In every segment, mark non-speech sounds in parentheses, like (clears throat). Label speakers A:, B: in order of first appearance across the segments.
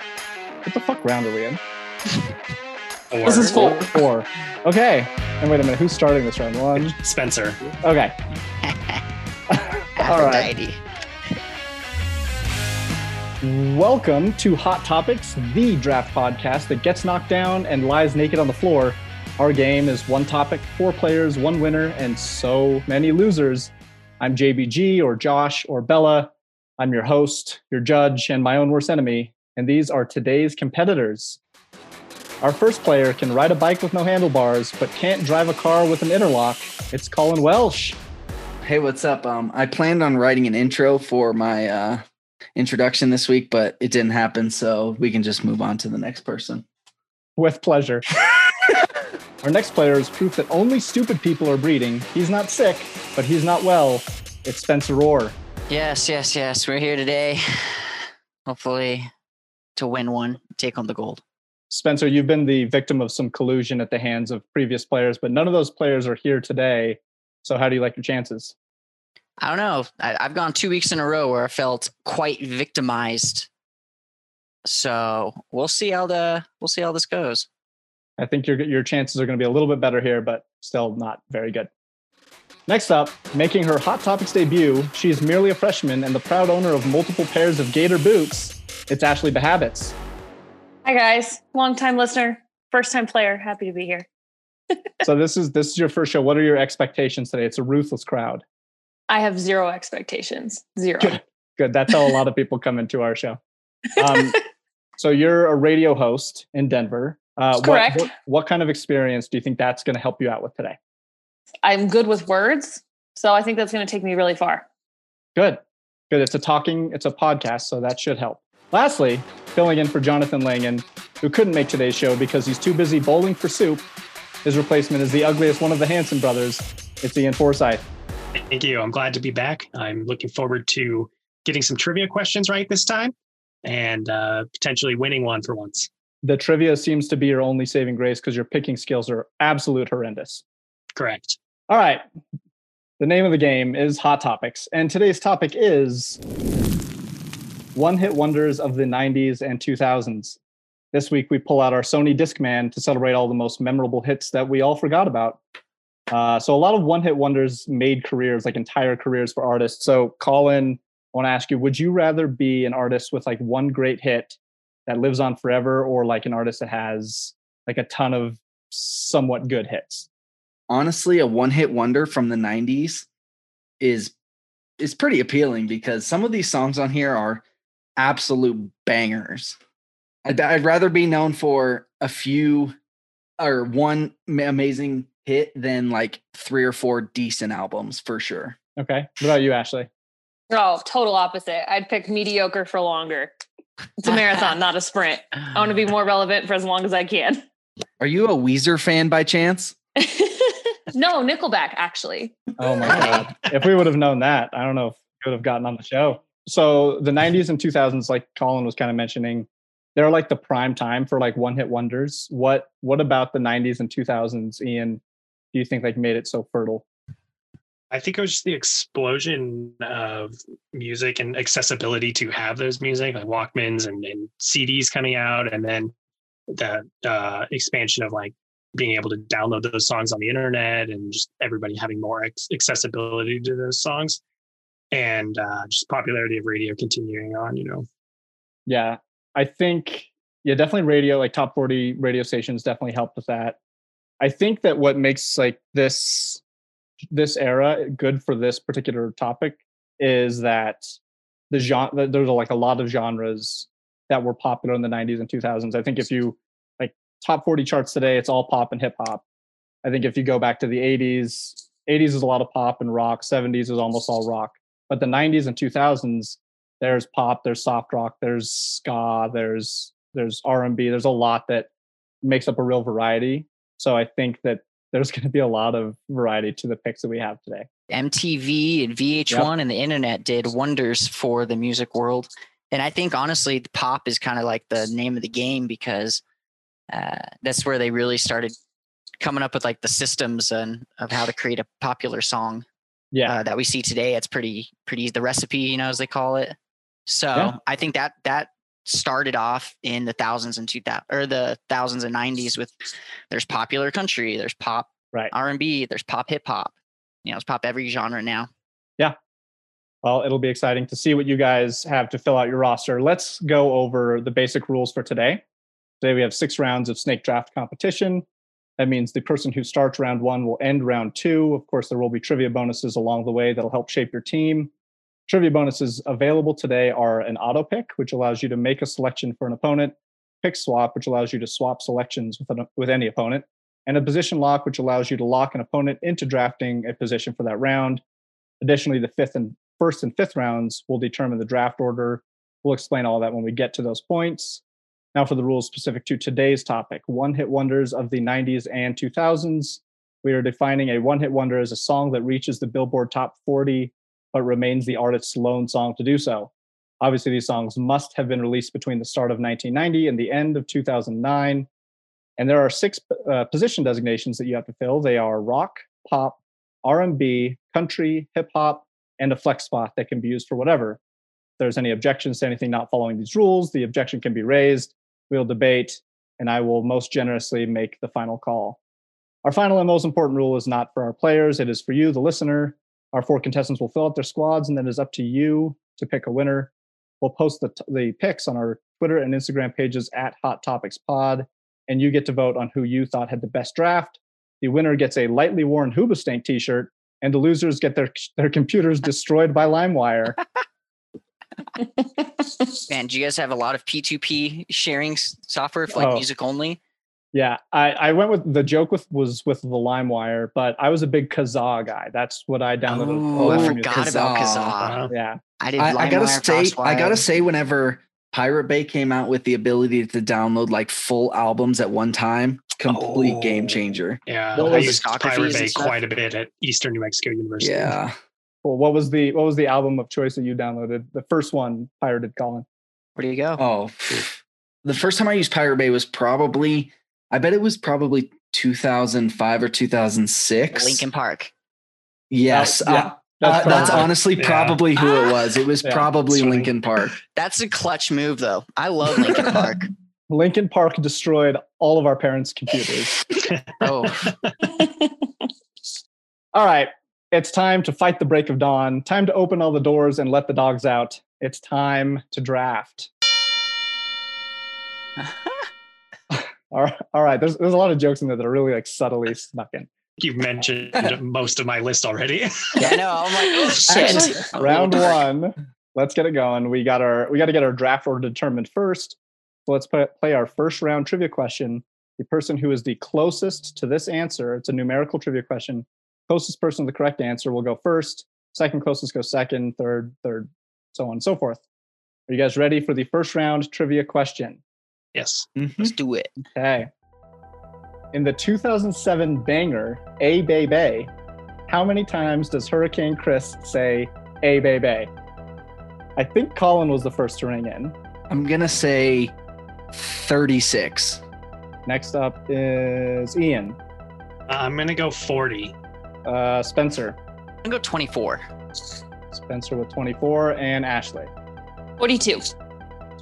A: What the fuck round are we in?
B: Or
C: This is full.
A: Four. Okay. And wait a minute. Who's starting this round? One.
B: Spencer.
A: Okay. (laughs) All right.
D: Aphrodite.
A: Welcome to Hot Topics, the draft podcast that gets knocked down and lies naked on the floor. Our game is one topic, four players, one winner, and so many losers. I'm JBG or Josh or Bella. I'm your host, your judge, and my own worst enemy. And these are today's competitors. Our first player can ride a bike with no handlebars, but can't drive a car with an interlock. It's Colin Welsh.
C: Hey, what's up? Um, I planned on writing an intro for my uh, introduction this week, but it didn't happen, so we can just move on to the next person.
A: With pleasure. Our next player is proof that only stupid people are breeding. He's not sick, but he's not well. It's Spencer Rohr.
D: Yes, yes, yes. We're here today. Hopefully to win one, take home the gold.
A: Spencer, you've been the victim of some collusion at the hands of previous players, but none of those players are here today. So, how do you like your chances?
D: I don't know. I, I've gone two weeks in a row where I felt quite victimized. So we'll see how the we'll see how this goes.
A: I think your your chances are going to be a little bit better here, but still not very good. Next up, making her Hot Topics debut, she is merely a freshman and the proud owner of multiple pairs of Gator boots. It's Ashley Behabits.
E: Hi guys, long time listener, first time player. Happy to be here.
A: so this is this is your first show. What are your expectations today? It's a ruthless crowd.
E: I have zero expectations. Zero.
A: Good. Good. That's how a lot of people come into our show. Um, so you're a radio host in Denver. Uh, what-
E: Correct.
A: What, what kind of experience do you think that's going to help you out with today?
E: I'm good with words, so I think that's going to take me really far.
A: Good. Good. It's a talking. It's a podcast, so that should help. Lastly, filling in for Jonathan Langan, who couldn't make today's show because he's too busy bowling for soup. His replacement is the ugliest one of the Hanson brothers. It's Ian Forsyth.
B: Thank you. I'm glad to be back. I'm looking forward to getting some trivia questions right this time and uh, potentially winning one for once.
A: The trivia seems to be your only saving grace because your picking skills are absolute horrendous.
B: Correct.
A: All right. The name of the game is Hot Topics, and today's topic is one hit wonders of the 90s and 2000s. This week, we pull out our Sony Discman to celebrate all the most memorable hits that we all forgot about. Uh, so, a lot of one hit wonders made careers, like entire careers for artists. So, Colin, I want to ask you would you rather be an artist with like one great hit that lives on forever, or like an artist that has like a ton of somewhat good hits?
C: Honestly, a one-hit wonder from the '90s is is pretty appealing because some of these songs on here are absolute bangers. I'd, I'd rather be known for a few or one ma- amazing hit than like three or four decent albums for sure.
A: Okay. What about you, Ashley?
E: Oh, total opposite. I'd pick mediocre for longer. It's a
A: (laughs)
E: marathon, not a sprint. I want to be more relevant for as long as I can. (laughs)
C: Are you a Weezer fan by chance?
E: no, Nickelback actually.
A: (laughs) Oh my God. if we would have known that, I don't know if we would have gotten on the show. So the 90s and 2000s, like Colin was kind of mentioning, they're like the prime time for like one hit wonders. What What about the 90s and 2000s, Ian? Do you think like made it so fertile?
B: I think it was just the explosion of music and accessibility to have those music, like Walkmans and, and CDs coming out, and then the uh, expansion of like being able to download those songs on the internet and just everybody having more ex- accessibility to those songs and uh, just popularity of radio continuing on, you know.
A: Yeah, I think yeah, definitely radio like top 40 radio stations definitely helped with that. I think that what makes like this this era good for this particular topic is that the genre there's like a lot of genres that were popular in the 90s and 2000s. I think if you like top 40 charts today, it's all pop and hip hop. I think if you go back to the 80s, 80s is a lot of pop and rock, 70s is almost all rock. But the 90s and 2000s there's pop, there's soft rock, there's ska, there's there's R and B. There's a lot that makes up a real variety. So I think that there's (laughs) going to be a lot of variety to the picks that we have today.
D: MTV and VH1 and the internet did wonders for the music world. And I think honestly, the pop is kind of like the name of the game because uh, that's where they really started coming up with like the systems and of how to create a popular song
A: Yeah,
D: uh, that we see today. It's pretty pretty the recipe, you know, as they call it. So
A: Yeah.
D: I think that that started off in the thousands and two thousand or the thousands and nineties with there's popular country, there's pop
A: Right.
D: R and B, there's pop hip hop. You know, it's pop every genre now.
A: Well, it'll be exciting to see what you guys have to fill out your roster. Let's go over the basic rules for today. Today we have six rounds of snake draft competition. That means the person who starts round one will end round two. Of course, there will be trivia bonuses along the way that'll help shape your team. Trivia bonuses available today are an auto pick, which allows you to make a selection for an opponent, pick swap, which allows you to swap selections with, an, with any opponent, and a position lock, which allows you to lock an opponent into drafting a position for that round. Additionally, the fifth and first and fifth rounds will determine the draft order. We'll explain all that when we get to those points. Now, for the rules specific to today's topic one hit wonders of the 90s and 2000s. We are defining a one hit wonder as a song that reaches the Billboard Top 40, but remains the artist's lone song to do so. Obviously, these songs must have been released between the start of 1990 and the end of 2009. And there are six uh, position designations that you have to fill. They are rock, pop, R&B, country, hip hop, and a flex spot that can be used for whatever. If there's any objections to anything not following these rules, the objection can be raised. We'll debate, and I will most generously make the final call. Our final and most important rule is not for our players, it is for you, the listener. Our four contestants will fill out their squads, and then it is up to you to pick a winner. We'll post the, t- the picks on our Twitter and Instagram pages at Hot Topics Pod, and you get to vote on who you thought had the best draft. The winner gets a lightly worn Hoobastank t shirt, and the losers get their their computers destroyed by LimeWire.
D: Man, do you guys have a lot of P2P sharing s- software for like
A: Oh.
D: music only?
A: Yeah, I, I went with the joke with was with the LimeWire, but I was a big Kazaa guy. That's what I downloaded.
D: Oh,
A: all
D: I
A: my
C: Ooh,
A: music.
D: forgot about
C: Kazaa.
D: Kazaa.
B: Wow.
A: Yeah,
D: I did.
C: I, I gotta
D: LimeWire,
C: say, I gotta
D: Crosswire.
C: say, whenever Pirate Bay came out with the ability to download like full albums at one time, complete
B: Oh.
C: game changer.
B: Yeah,
D: What
B: I
D: was
B: used
D: discographies
B: Pirate
D: and
B: Bay
D: stuff?
B: quite a bit at Eastern New Mexico University.
C: Yeah,
A: well, what was the what was the album of choice that you downloaded? The first one pirated, Colin.
D: Where do you go?
C: Oh, pff. (sighs) the first time I used Pirate Bay was probably, I bet it was probably 2005 or 2006.
D: Lincoln Park.
C: Yes.
A: Oh, yeah.
C: uh, uh, that's
A: probably-
D: on-
C: honestly
B: Yeah.
C: probably who it was. It was
A: Yeah.
C: probably
B: That's funny.
C: Lincoln Park.
D: That's a clutch move, though. I love Lincoln
C: (laughs)
D: Park.
A: Lincoln Park destroyed all of our parents' computers.
D: Oh,
A: all right, it's time to fight the break of dawn. Time to open all the doors and let the dogs out. It's time to draft. (laughs) All right, all right. There's there's a lot of jokes in there that are really like subtly snuck in.
B: (laughs) You've mentioned most of my list already. (laughs)
D: yeah, I know. I'm like, oh shit.
C: Actually, (laughs)
D: A
A: (laughs)
D: little
A: round
D: dark.
A: one. Let's get it going. We got our we got to get our draft order determined first. So let's pla- play our first round trivia question. The person who is the closest to this answer, it's a numerical trivia question. Closest person to the correct answer will go first. Second closest goes second. Third, third, so on and so forth. Are you guys ready for the first round trivia question?
B: yes.
C: Mm-hmm.
D: Let's do it.
A: Okay. In the 2007 banger "A Bay Bay," how many times does Hurricane Chris say "A Bay Bay"? I think Colin was the first to ring in.
C: I'm gonna say 36.
A: Next up is Ian,
B: I'm going to go 40.
A: uh, Spencer,
D: I'm gonna go 24.
A: Spencer with 24, and Ashley.
E: 42.
A: So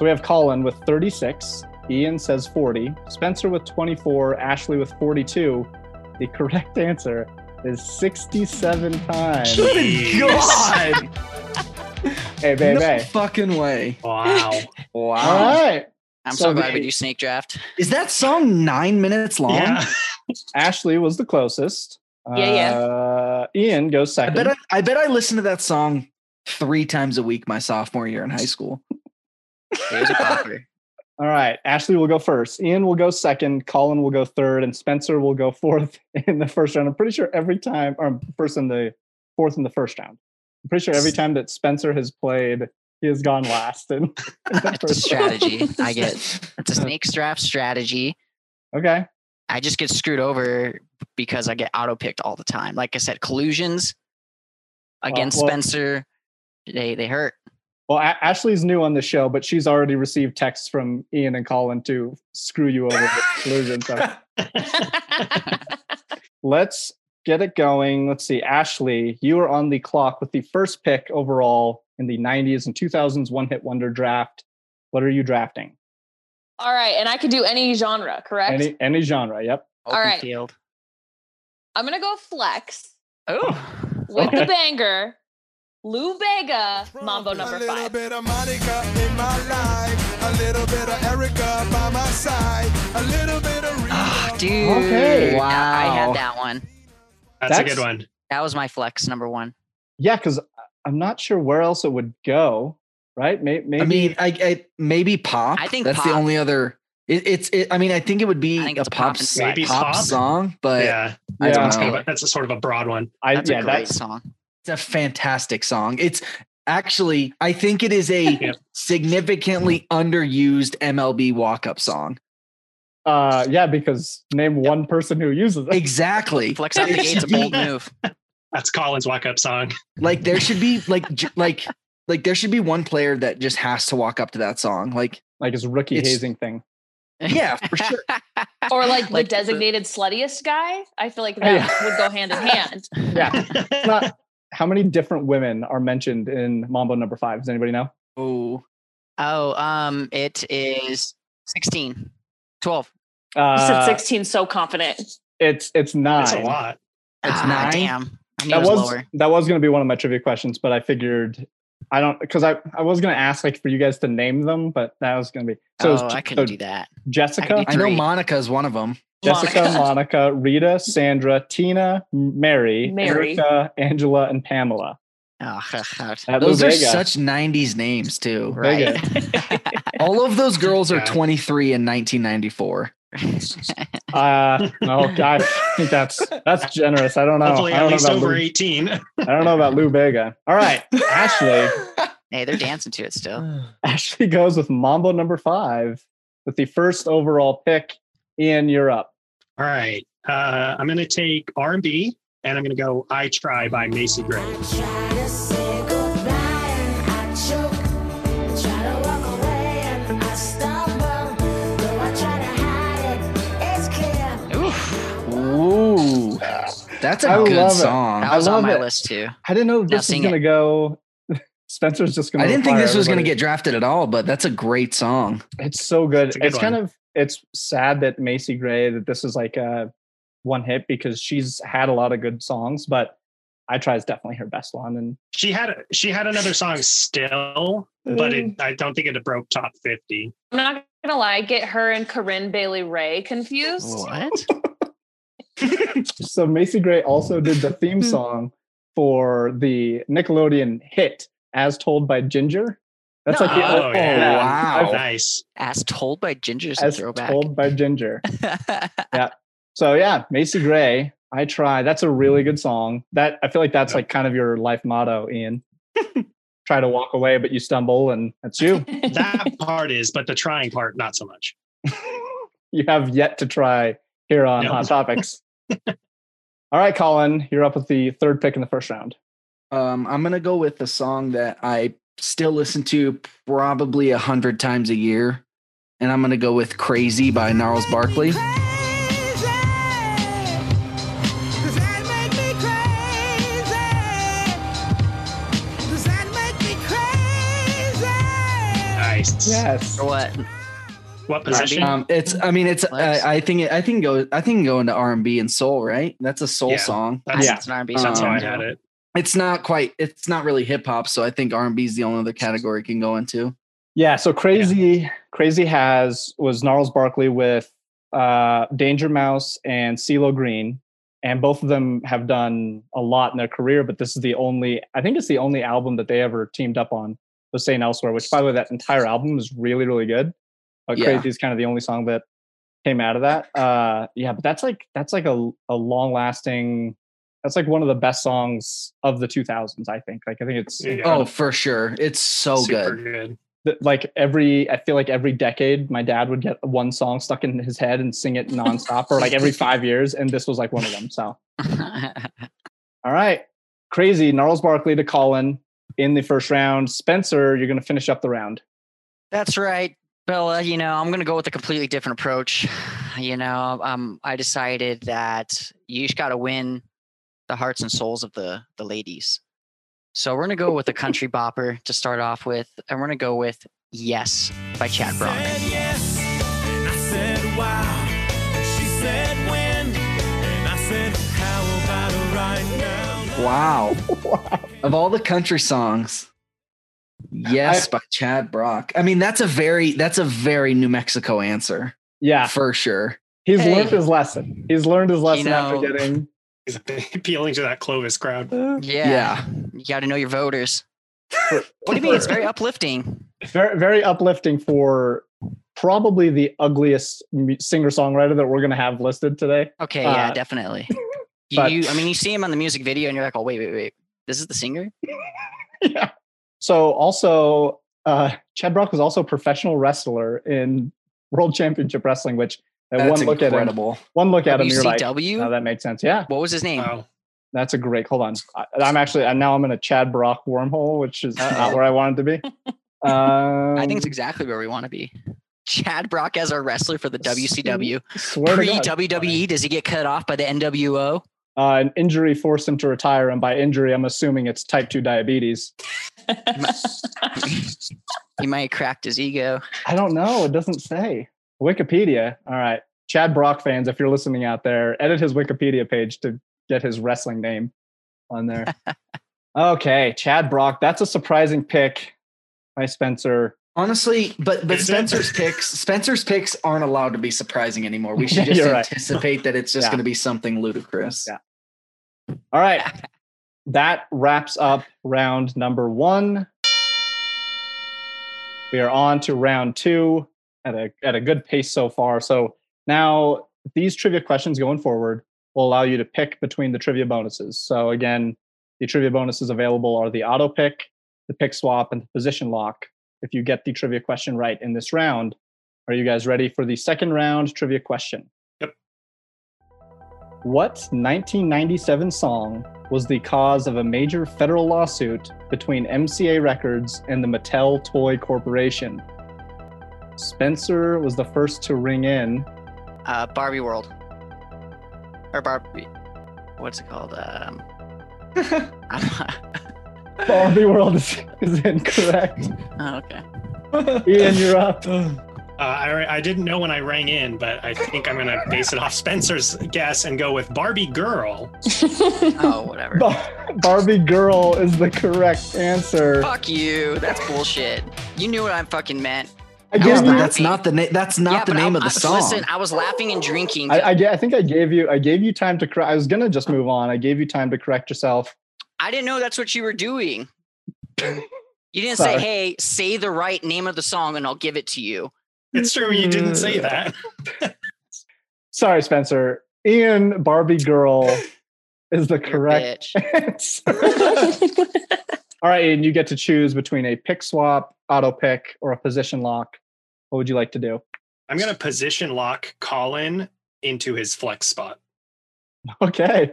A: we have Colin with 36, Ian says 40, Spencer with 24, Ashley with 42. The correct (laughs) answer is 67 times.
B: Jeez.
C: God,
A: Hey, Bay
C: no
A: Bay.
C: fucking way!
B: Wow.
A: All
C: Wow,
A: right.
D: I'm
A: So
D: so, glad
A: the-
D: we do snake draft.
C: is that song nine minutes long?
B: yeah.
A: Ashley was the closest.
E: Yeah, yeah.
A: Uh, Ian goes
C: I
A: second.
C: bet I, I bet I listened to that song three times a week my sophomore year in high school.
D: It was a popper.
A: All right. Ashley will go first. Ian will go second. Colin will go third. And Spencer will go fourth (laughs) in the first round. I'm pretty sure every time, or first in the fourth in the first round. I'm pretty sure every time that Spencer has played, he has gone last. In, (laughs) in
D: (laughs)
A: the
D: It's a
A: first round.
D: strategy. I get it.
C: (laughs)
D: It's a snake draft strategy.
A: Okay.
D: I just get screwed over because I get auto picked all the time. Like I said, collusions against
A: well-
D: Spencer, they they hurt.
A: Well, A- Ashley's new on the show, but she's already received texts from Ian and Colin to screw you over with collusion. So
C: (laughs)
A: let's get it going. Let's see. Ashley, you are on the clock with the first pick overall in the 90s and 2000s one hit wonder draft. What are you drafting?
E: All right, and I could do any genre, correct?
A: Any any genre? Yep.
D: Open
E: right.
D: field.
E: I'm gonna go flex
D: Oh,
E: with
A: Okay.
E: the banger, Lou Vega, Mambo number
F: a little
E: five.
F: bit of Monica in my life, a little bit of Erica by my side, a little bit of Rita.
D: Ah, dude.
A: Okay.
D: I
C: Wow.
D: had that one.
B: That's, a
A: That's-
B: good one.
D: That was my flex number one.
A: Yeah, because I'm not sure where else it would go. Right? May- Maybe.
C: I mean, I, I maybe pop.
D: I think
C: that's the
D: pop.
C: only other. It, it's. It, I mean, I think it would be
D: I think
C: a
D: it's a
C: pop,
D: pop and
C: s-
D: slap.
B: Maybe
C: pop
B: pop?
C: song, but
B: yeah,
C: I
A: Yeah.
C: don't
B: that's,
C: know.
B: kind of a- that's a sort of a broad one.
A: I,
D: That's
A: yeah,
D: a great
A: that's
D: song.
C: It's a fantastic song. It's actually, I think it
B: (laughs)
C: is a
B: Yep.
C: significantly underused MLB
D: (laughs)
C: walk-up song.
A: uh, yeah because name one person who uses it.
C: Exactly.
D: Flex out the gate's a bold move.
B: That's Colin's walk up song.
C: Like there should be like j- like like there should be one player that just has to walk up to that song. Like
A: Like his rookie
C: It's-
A: hazing thing.
C: yeah, for sure.
E: Or like,
D: Like the-
E: the designated sluttiest guy. I feel like that
A: Yeah.
E: would go hand in hand.
A: Yeah. Not- how many different women are mentioned in Mambo number five? Does anybody know?
C: Oh,
D: (laughs) Oh, um, it is 16, 12.
A: (laughs)
E: You
A: Uh,
E: said 16 so confident.
A: It's it's nine.
B: That's a lot.
C: It's
D: ah,
C: nine?
D: Damn. I knew
A: that
D: it was,
A: was
D: lower.
A: that was going to be one of my trivia questions, but I figured I don't because I I was going to ask like for you guys to name them, but that was going to be so.
D: oh, I couldn't do that.
A: Jessica,
D: I
C: I know
D: Three.
C: Monica is one of them.
A: Jessica,
E: Monica.
A: Monica. Rita, Sandra, Tina, M- Mary,
E: Mary.
A: Erica, Angela, and Pamela.
D: Oh, (laughs)
A: That
C: Those
A: Lou
C: are
A: Vega.
C: such 90s names too.
D: right.
C: All of those girls are
B: Yeah.
C: 23 in 1994.
A: Uh, oh God, I think that's that's generous. I don't know.
B: Hopefully,
A: I
B: at
A: don't know
B: least
A: about
B: over
A: Lou,
B: (laughs) 18.
A: I don't know about Lou Vega. All right,
C: (laughs)
A: Ashley.
D: (laughs) hey, they're dancing to it still.
A: Ashley goes with Mambo number five with the first overall pick. Ian, you're up.
B: All right. Uh, I'm going to take R&B and I'm going to go I Try by Macy Gray.
C: Ooh, that's a
A: I
C: good
A: love it.
C: song.
D: That was on
A: love
D: my
A: it.
D: list too.
A: I didn't know
D: Now
A: this was
D: sing
A: gonna
D: it.
A: go. (laughs) Spencer's just gonna.
C: I didn't think
A: fire
C: this was going to
A: everybody.
C: get drafted at all, but that's a great song.
A: It's so good.
B: It's
A: It's,
B: a good
A: kind
B: one.
A: of. It's sad that Macy Gray that this is like a one hit because she's had a lot of good songs, but I try is definitely her best one. And
B: She had she had another song still, but it, I don't think it broke top 50.
E: I'm not gonna lie, get her and Corinne Bailey Ray confused. (laughs)
D: What?
A: so Macy Gray also did the theme song for the Nickelodeon hit "As Told by Ginger." That's like the,
B: No. Oh, yeah.
C: wow.
B: Nice.
D: As told by Ginger's a
A: as
D: throwback. (laughs)
A: told by Ginger. So yeah, Macy Gray, I try. That's a really good song. That I feel like that's like kind of your life motto, Ian. try to walk away, but you stumble, and that's
E: (laughs)
A: you. (laughs)
B: That (laughs) part is, but the trying part, not so much.
A: you have yet to try here on
B: No.
A: Hot Topics. All right, Colin, you're up with the third pick in the first round.
C: Um, I'm going to go with the song that I still listen to probably a hundred times a year, and I'm going to go with "Crazy" by Gnarls Barkley.
B: Nice.
A: Yes.
D: what?
B: What position?
C: Um, it's, I mean, it's, uh,
D: Nice.
C: I think, it, I think go, I think go into R&B and soul, right? That's a soul
B: Yeah.
C: song.
B: That's,
A: yeah.
D: It's an R&B
B: that's how Oh, I
C: Um,
B: had it.
C: It's not quite, it's not really hip hop, so I think R&B is the only other category it can go into.
A: Yeah. So crazy, crazy has was Gnarls Barkley with uh, Danger Mouse and CeeLo Green, and both of them have done a lot in their career. But this is the only, I think it's the only album that they ever teamed up on was Saying Elsewhere, which by the way, that entire album is really, really good. But
C: Yeah.
A: Crazy is kind of the only song that came out of that. Uh, yeah, but that's like that's like a a long lasting. That's like one of the best songs of the 2000s. I think. Like I think it's
B: Yeah.
C: Oh, for sure, it's so
A: oh,
B: Super
C: good.
B: good. (laughs)
A: that like every I feel like every decade my dad would get one song stuck in his head and sing it nonstop or like every five years and this was like one of them. So all right. Crazy Gnarls Barkley to Colin in the first round. Spencer, you're gonna finish up the round.
D: (laughs) That's right, Bella. You know, I'm going to go with a completely different approach. You know, um, I decided that you just got to win the hearts and souls of the the ladies. So we're going to go with a country bopper to start off with, and we're going to go with Yes by Chad Brock.
F: said yes, and I said wow. She said when, and I said how about right now?
C: Wow.
A: (laughs) Wow.
C: Of all the country songs, Yes by Chad Brock. I mean, that's a very that's a very New Mexico answer
A: Yeah,
C: for sure.
A: he's
D: Hey.
A: learned his lesson. He's learned his lesson
D: know-
A: after getting.
B: He's appealing to that Clovis crowd.
D: Yeah.
C: Yeah.
D: You got to know your
A: (laughs)
D: voters. What do you mean? It's very uplifting.
A: very very uplifting for probably the ugliest singer songwriter that we're going to have listed today.
D: Okay. Yeah,
A: Uh, (laughs)
D: definitely.
A: but-
D: you, I mean, you see him on the music video and you're like, oh, wait, wait, wait. This is the singer?
A: yeah. So also, uh, Chad Brock was also a professional wrestler in World Championship Wrestling, which at
C: That's
A: one look at him,
C: incredible.
A: one look at him, you're like,
D: WCW?
A: "Oh, that makes sense." Yeah,
D: what was his name?
B: Wow.
A: that's a great. Hold on, I, I'm actually I'm now I'm in a Chad Brock wormhole, which is not
D: Uh-oh.
A: where I wanted to be. Um,
D: (laughs) I think it's exactly where we want to be. (laughs) Chad Brock as our wrestler for the WCW.
A: swear
D: Pre
A: to God,
D: WWE, E, does he get cut off by the NWO?
A: uh, an injury forced him to retire, and by injury, I'm assuming it's type two diabetes.
D: He might have cracked his ego.
A: I don't know. It doesn't say. Wikipedia. All right. Chad Brock fans, if you're listening out there, edit his Wikipedia page to get his wrestling name on there. okay. Chad Brock. That's a surprising pick by Spencer.
C: Honestly, but but
B: Is it?
C: Spencer's picks Spencer's picks aren't allowed to be surprising anymore.
A: (laughs)
C: We should
A: Yeah,
C: just
A: you're right.
C: anticipate that it's just
A: Yeah.
C: going to be something ludicrous.
A: Yeah. All right. That wraps up round number one. We are on to round two at a at a good pace so far. So now these trivia questions going forward will allow you to pick between the trivia bonuses. So again, the trivia bonuses available are the auto pick, the pick swap, and the position lock. If you get the trivia question right in this round, are you guys ready for the second round trivia question?
B: Yep.
A: What 1997 song was the cause of a major federal lawsuit between MCA Records and the Mattel Toy Corporation? Spencer was the first to ring in.
D: Uh, Barbie World. Or Barbie. What's it called?
A: (laughs)
D: Um, I'm-
A: Barbie World is, is incorrect.
D: oh, (laughs) okay.
A: Ian, you're up.
B: Uh, I, I didn't know when I rang in, but I think I'm going to base it off Spencer's guess and go with Barbie Girl.
D: Oh, whatever.
A: Bar- Barbie Girl is the correct answer.
D: Fuck you. That's bullshit. You knew what I fucking meant.
A: I
C: Yeah,
A: gave
C: but
A: you.
C: that's not the name. That's not the
D: but
C: name
D: I,
C: of the
D: I-
C: song.
D: Listen, I was laughing and drinking.
A: I, I, ge- I think I gave you. I gave you time to. Cor- I was gonna just move on. I gave you time to correct yourself.
D: I didn't know that's what you were doing. You didn't
A: Sorry.
D: say, "Hey, say the right name of the song, and I'll give it to you."
B: It's true, you didn't
A: Mm-hmm.
B: say that.
A: Sorry, Spencer. Ian, Barbie Girl is the
D: you
A: correct
D: bitch.
A: answer. All right, Ian, you get to choose between a pick swap, auto pick, or a position lock. What would you like to do? (laughs)
B: I'm going to position lock Colin into his flex spot.
A: Okay.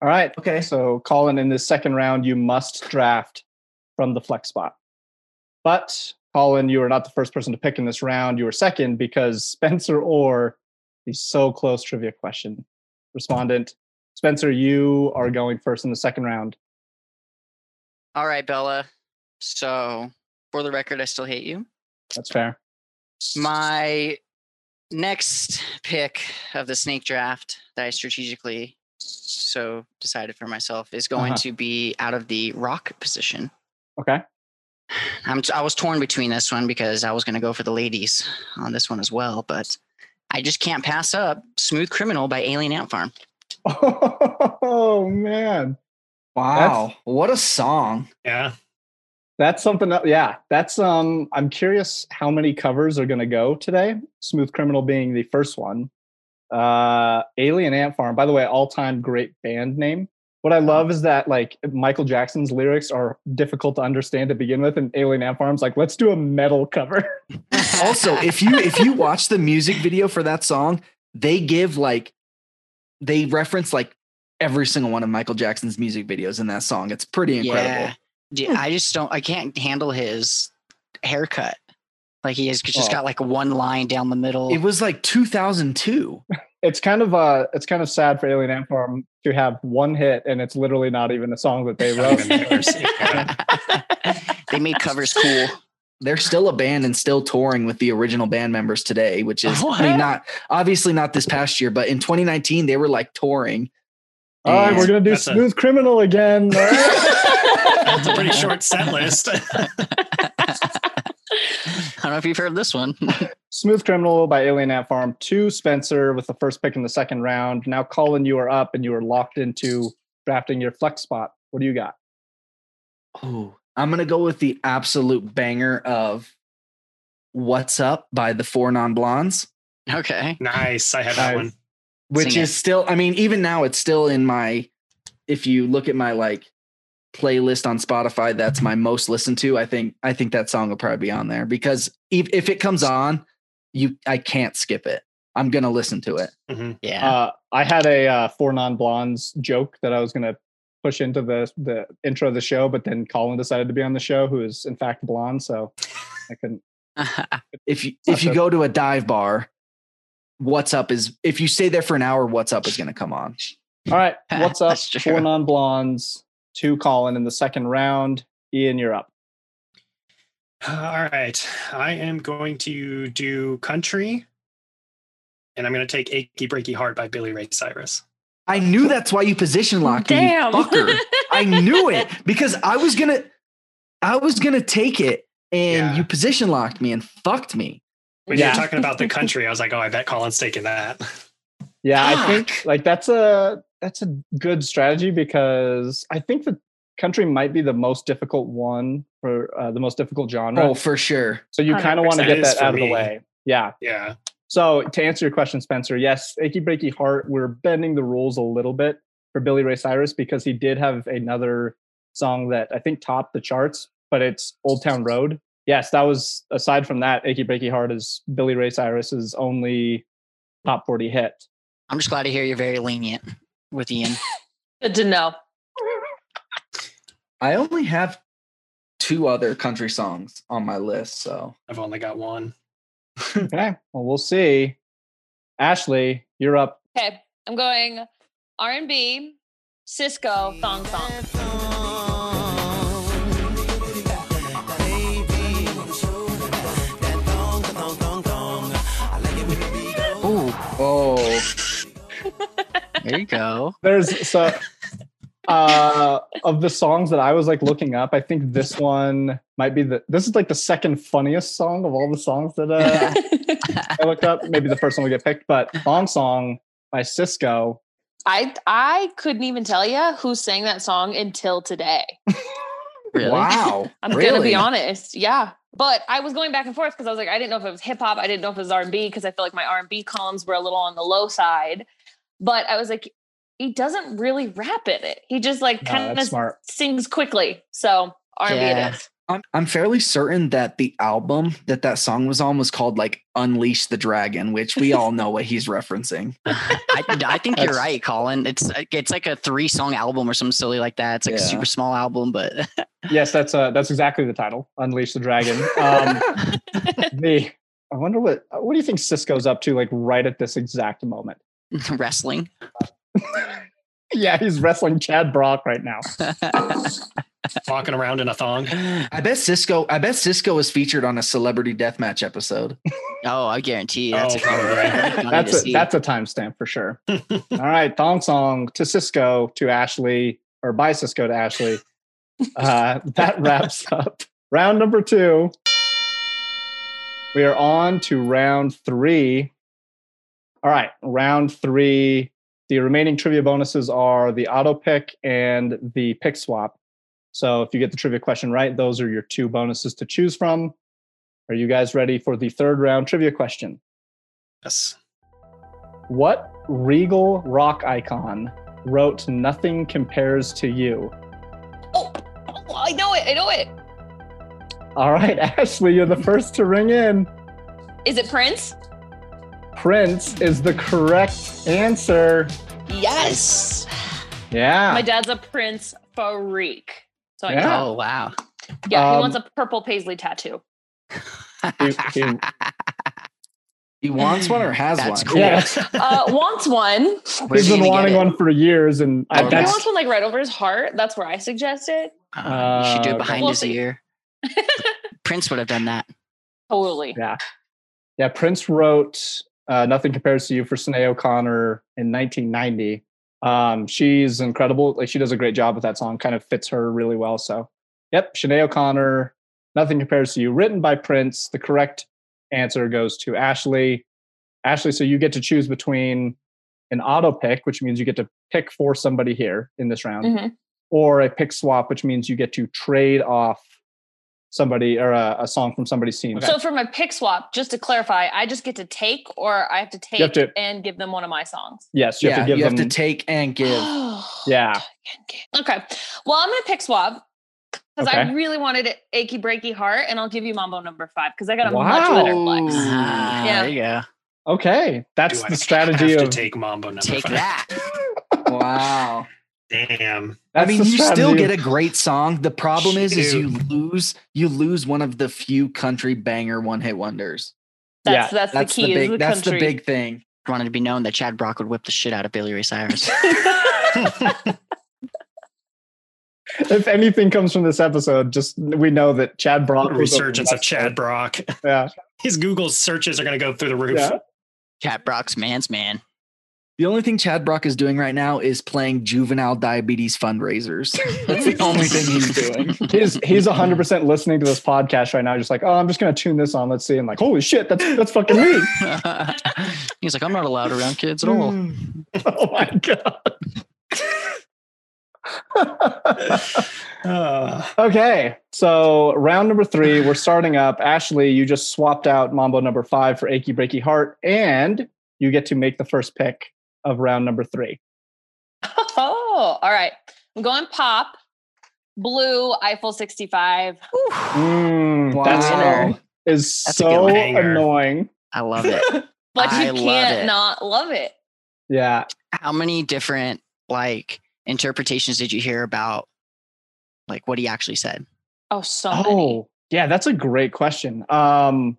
A: All right.
C: okay.
A: So, Colin, in this second round, you must draft from the flex spot. But, Colin, you are not the first person to pick in this round. You were second because Spencer Orr, the so close trivia question respondent. Spencer, you are going first in the second round.
D: All right, Bella. So, for the record, I still hate you.
A: That's fair.
D: My next pick of the snake draft that I strategically so decided for myself is going
A: Uh-huh.
D: to be out of the rock position.
A: Okay. (laughs)
D: I'm t- I was torn between this one because I was going to go for the ladies on this one as well, but I just can't pass up "Smooth Criminal" by Alien Ant Farm.
A: Oh, man.
C: Wow. what a song.
B: Yeah.
A: That's something. That, yeah, that's. Um, I'm curious how many covers are going to go today. Smooth Criminal being the first one. Uh, Alien Ant Farm. By the way, all time great band name. What I love is that like Michael Jackson's lyrics are difficult to understand to begin with, and Alien Ant Farm's like, let's do a metal cover. (laughs)
C: Also, if you if you watch the music video for that song, they give like they reference like every single one of Michael Jackson's music videos in that song. It's pretty incredible.
D: Yeah, I just don't. I can't handle his haircut. Like he has just
A: Well.
D: got like one line down the middle.
C: It was like 2002.
A: it's kind of uh, it's kind of sad for Alien Ant Farm to have one hit, and it's literally (laughs) not even a song that they
B: Not
A: wrote.
B: even theirs. Yeah.
D: they made covers cool.
C: they're still a band and still touring with the original band members today, which is I
D: What?
C: mean, not obviously not this past year, but in 2019 they were like touring.
A: All right, we're gonna do
B: That's a-
A: Smooth Criminal (laughs) again. All right.
B: That's a pretty short
A: (laughs)
B: set list.
D: I don't know if you've heard this one. (laughs)
A: Smooth Criminal by Alien Ant Farm to Spencer with the first pick in the second round. Now, Colin, you are up and you are locked into drafting your flex spot. What do you got?
C: Oh, I'm gonna go with the absolute banger of "What's Up" by the Four Non Blondes,
D: okay.
B: nice. I had
A: Nice.
B: that one.
C: which
D: Sing it.
C: is still. I mean, even now it's still in my. If you look at my like playlist on Spotify, that's my most listened to. I think I think that song will probably be on there because if if it comes on, you I can't skip it. I'm gonna listen to it.
B: Mhm.
D: Yeah.
A: Uh, I had a uh, four non blondes joke that I was going to push into the, the intro of the show, but then Colin decided to be on the show, who is in fact blonde. So I couldn't.
C: If you
A: Not
C: if you
A: that-
C: go to a dive bar, "What's Up" is if you stay there for an hour, "What's Up" is gonna come on.
A: All
D: (laughs)
A: right, what's up?
D: That's true.
A: Four non blondes to Colin in the second round. Ian, you're up.
B: Uh, All right. I am going to do country. And I'm going to take Achy Breaky Heart by Billy Ray Cyrus.
C: I knew that's why you position locked. me,
E: Damn.
C: fucker. I knew it because I was gonna, I was gonna take it, and
B: Yeah.
C: you position locked me and fucked me.
B: When
A: Yeah.
B: you're talking
A: (laughs)
B: about the country, I was like, oh, I bet Colin's taking that.
A: Yeah, I
C: Fuck.
A: think like that's a that's a good strategy because I think the country might be the most difficult one for uh, the most difficult genre.
C: Oh, for sure.
A: so you kind of want to
B: 100%
A: get
B: is
A: that
B: for
A: out of the
B: me.
A: way. Yeah.
B: Yeah.
A: So to answer your question, Spencer, yes, Achy Breaky Heart. We're bending the rules a little bit for Billy Ray Cyrus because he did have another song that I think topped the charts, but it's Old Town Road. Yes, that was aside from that, Achy Breaky Heart is Billy Ray Cyrus's only top forty hit.
D: (laughs) I'm just glad to hear you're very lenient with Ian.
E: Good to know.
C: I only have two other country songs on my list, so
B: I've only got one.
A: Okay. Well, we'll see. Ashley, you're up.
E: Okay, I'm going R and B, Cisco, Thong Song.
D: Ooh,
C: oh,
E: (laughs)
D: there you go.
A: There's so uh of the songs that I was like looking up, I think this one might be the this is like the second funniest song of all the songs that
E: (laughs)
A: uh, I looked up. Maybe the first one would get picked, but Long Song by Cisco.
E: I I couldn't even tell you who sang that song until today.
D: Really?
C: wow!
E: (laughs) I'm gonna
C: Really?
E: be honest, yeah. But I was going back and forth because I was like, I didn't know if it was hip hop, I didn't know if it was R and B because I feel like my R and B columns were a little on the low side. But I was like, he doesn't really rap in it. He just like
A: No,
E: kind
A: uh, that's
E: of (laughs)
A: smart.
E: sings quickly. So R and B
D: Yeah.
E: it is.
C: I'm I'm fairly certain that the album that that song was on was called like "Unleash the Dragon," which we all know what he's referencing.
D: I, I think you're
A: That's-
D: right, Colin. It's uh, it's like a three song album or something silly like that. It's like a
C: Yeah.
D: super small album, but (laughs)
A: Yes, that's uh that's exactly the title. Unleash the Dragon. Um the I wonder what what do you think Cisco's up to like right at this exact moment? (laughs)
D: wrestling.
A: Yeah, he's wrestling Chad Brock right now.
B: Walking around in a thong.
D: oh,
C: I bet Cisco. I bet Cisco was featured on a celebrity deathmatch episode.
D: I guarantee you. That's
B: oh,
A: (laughs)
B: probably.
D: (laughs) funny to
A: that's a,
D: see.
A: that's a timestamp for
D: (laughs)
A: sure. All right, thong song to Cisco to Ashley or by Cisco to Ashley. Uh,
D: (laughs)
A: that wraps up round number two. We are on to round three. All right, round three. The remaining trivia bonuses are the auto pick and the pick swap. So if you get the trivia question right, those are your two bonuses to choose from. Are you guys ready for the third round trivia question?
B: Yes.
A: What regal rock icon wrote Nothing Compares to You?
E: Oh, oh, I know it, I know it.
A: All right, (laughs) Ashley, you're the first to ring in.
E: Is it Prince?
A: Prince is the correct answer.
E: Yes. My
A: Yeah.
E: dad's a Prince freak. So I
A: Yeah.
E: know.
D: oh wow.
E: Yeah, he
A: Um,
E: wants a purple paisley tattoo.
A: He-
D: (laughs)
A: he-
C: He wants one or has
D: That's
C: one.
D: cool.
A: Yeah.
E: Uh, wants one.
A: (laughs) he's
D: Where's he
A: been
D: gonna get
A: wanting
D: it?
A: one for years, and I,
D: Okay.
E: He
A: Uh, that's
E: wants one like right over his heart. That's where I suggest it.
D: Uh, you should do
A: Uh,
E: (laughs)
D: it behind
E: We'll
D: his
E: see.
D: ear. Prince would have done that.
E: Totally.
A: Yeah. Yeah. Prince wrote uh, Nothing Compares to You for Sinead O'Connor in 1990. Um, she's incredible. Like she does a great job with that song, kind of fits her really well. So, yep. Sinead O'Connor, Nothing Compares to You, written by Prince. The correct answer goes to Ashley. Ashley, so you get to choose between an auto pick, which means you get to pick for somebody here in this
C: Mm-hmm.
A: round,
E: Mhm.
A: or a pick swap, which means you get to trade off somebody or a, a song from somebody's team.
E: So for my pick swap, just to clarify, I just get to take or I have to take
A: have to-
E: and give them one of my songs.
A: yes, you
C: yeah,
A: have to give
C: you
A: them.
C: have to take and
E: (sighs)
C: give.
E: (gasps)
A: yeah,
E: Okay. Well, I'm gonna pick swap because I
A: Okay.
E: really wanted it achy breaky heart, and I'll give you Mambo number five because I got a much better
C: Wow.
E: flex.
D: Ah,
E: Yeah.
D: There you go.
A: okay. That's
B: Do I
A: the strategy
B: have
A: of.
B: to take Mambo number
D: Take
B: five?
D: that.
C: Wow.
B: Damn.
A: that's
C: I mean,
A: the
C: you still
A: strategy
C: get
A: of-
C: a great song. The problem is, is you
B: Shoot.
C: lose you lose one of the few country banger one hit wonders.
E: That's that's,
C: That's
E: the
C: the,
E: key. is
C: big.
E: the
C: that's the
E: country.
C: big thing.
D: Wanted to be known that Chad Brock would whip the shit out of Billy Ray Cyrus.
A: (laughs) if anything comes from this episode, just we know that Chad Brock was a-
B: Resurgence of Chad Brock. (laughs)
A: Yeah,
B: His Google searches are going to go through the roof.
A: yeah.
D: Chad Brock's man's man.
C: The only thing Chad Brock is doing right now is playing juvenile diabetes fundraisers. That's the only thing he's doing.
A: He's he's hundred percent listening to this podcast right now, just like, oh, I'm just gonna tune this on. Let's see, and like, holy shit, that's that's fucking
B: (laughs)
A: me.
D: (laughs) He's like, I'm not allowed around kids at all.
A: oh my god.
D: (laughs)
B: Uh,
A: (laughs) okay, so round number three, we're starting up. Ashley, you just swapped out Mambo number five for Achy Breaky Heart, and you get to make the first pick of round number three.
E: (laughs) Oh, all right. I'm going pop, blue, Eiffel 65.
A: Mm,
C: Wow.
A: That's is
D: That's a good
A: so
D: one.
B: Banger.
A: annoying.
D: I
A: (laughs)
D: love it.
E: But
D: I
E: you
D: love
E: can't
D: it.
E: not love it.
A: Yeah,
D: How many different like interpretations did you hear about like what he actually said?
E: Oh, so many.
A: Oh, yeah, that's a great question. Um,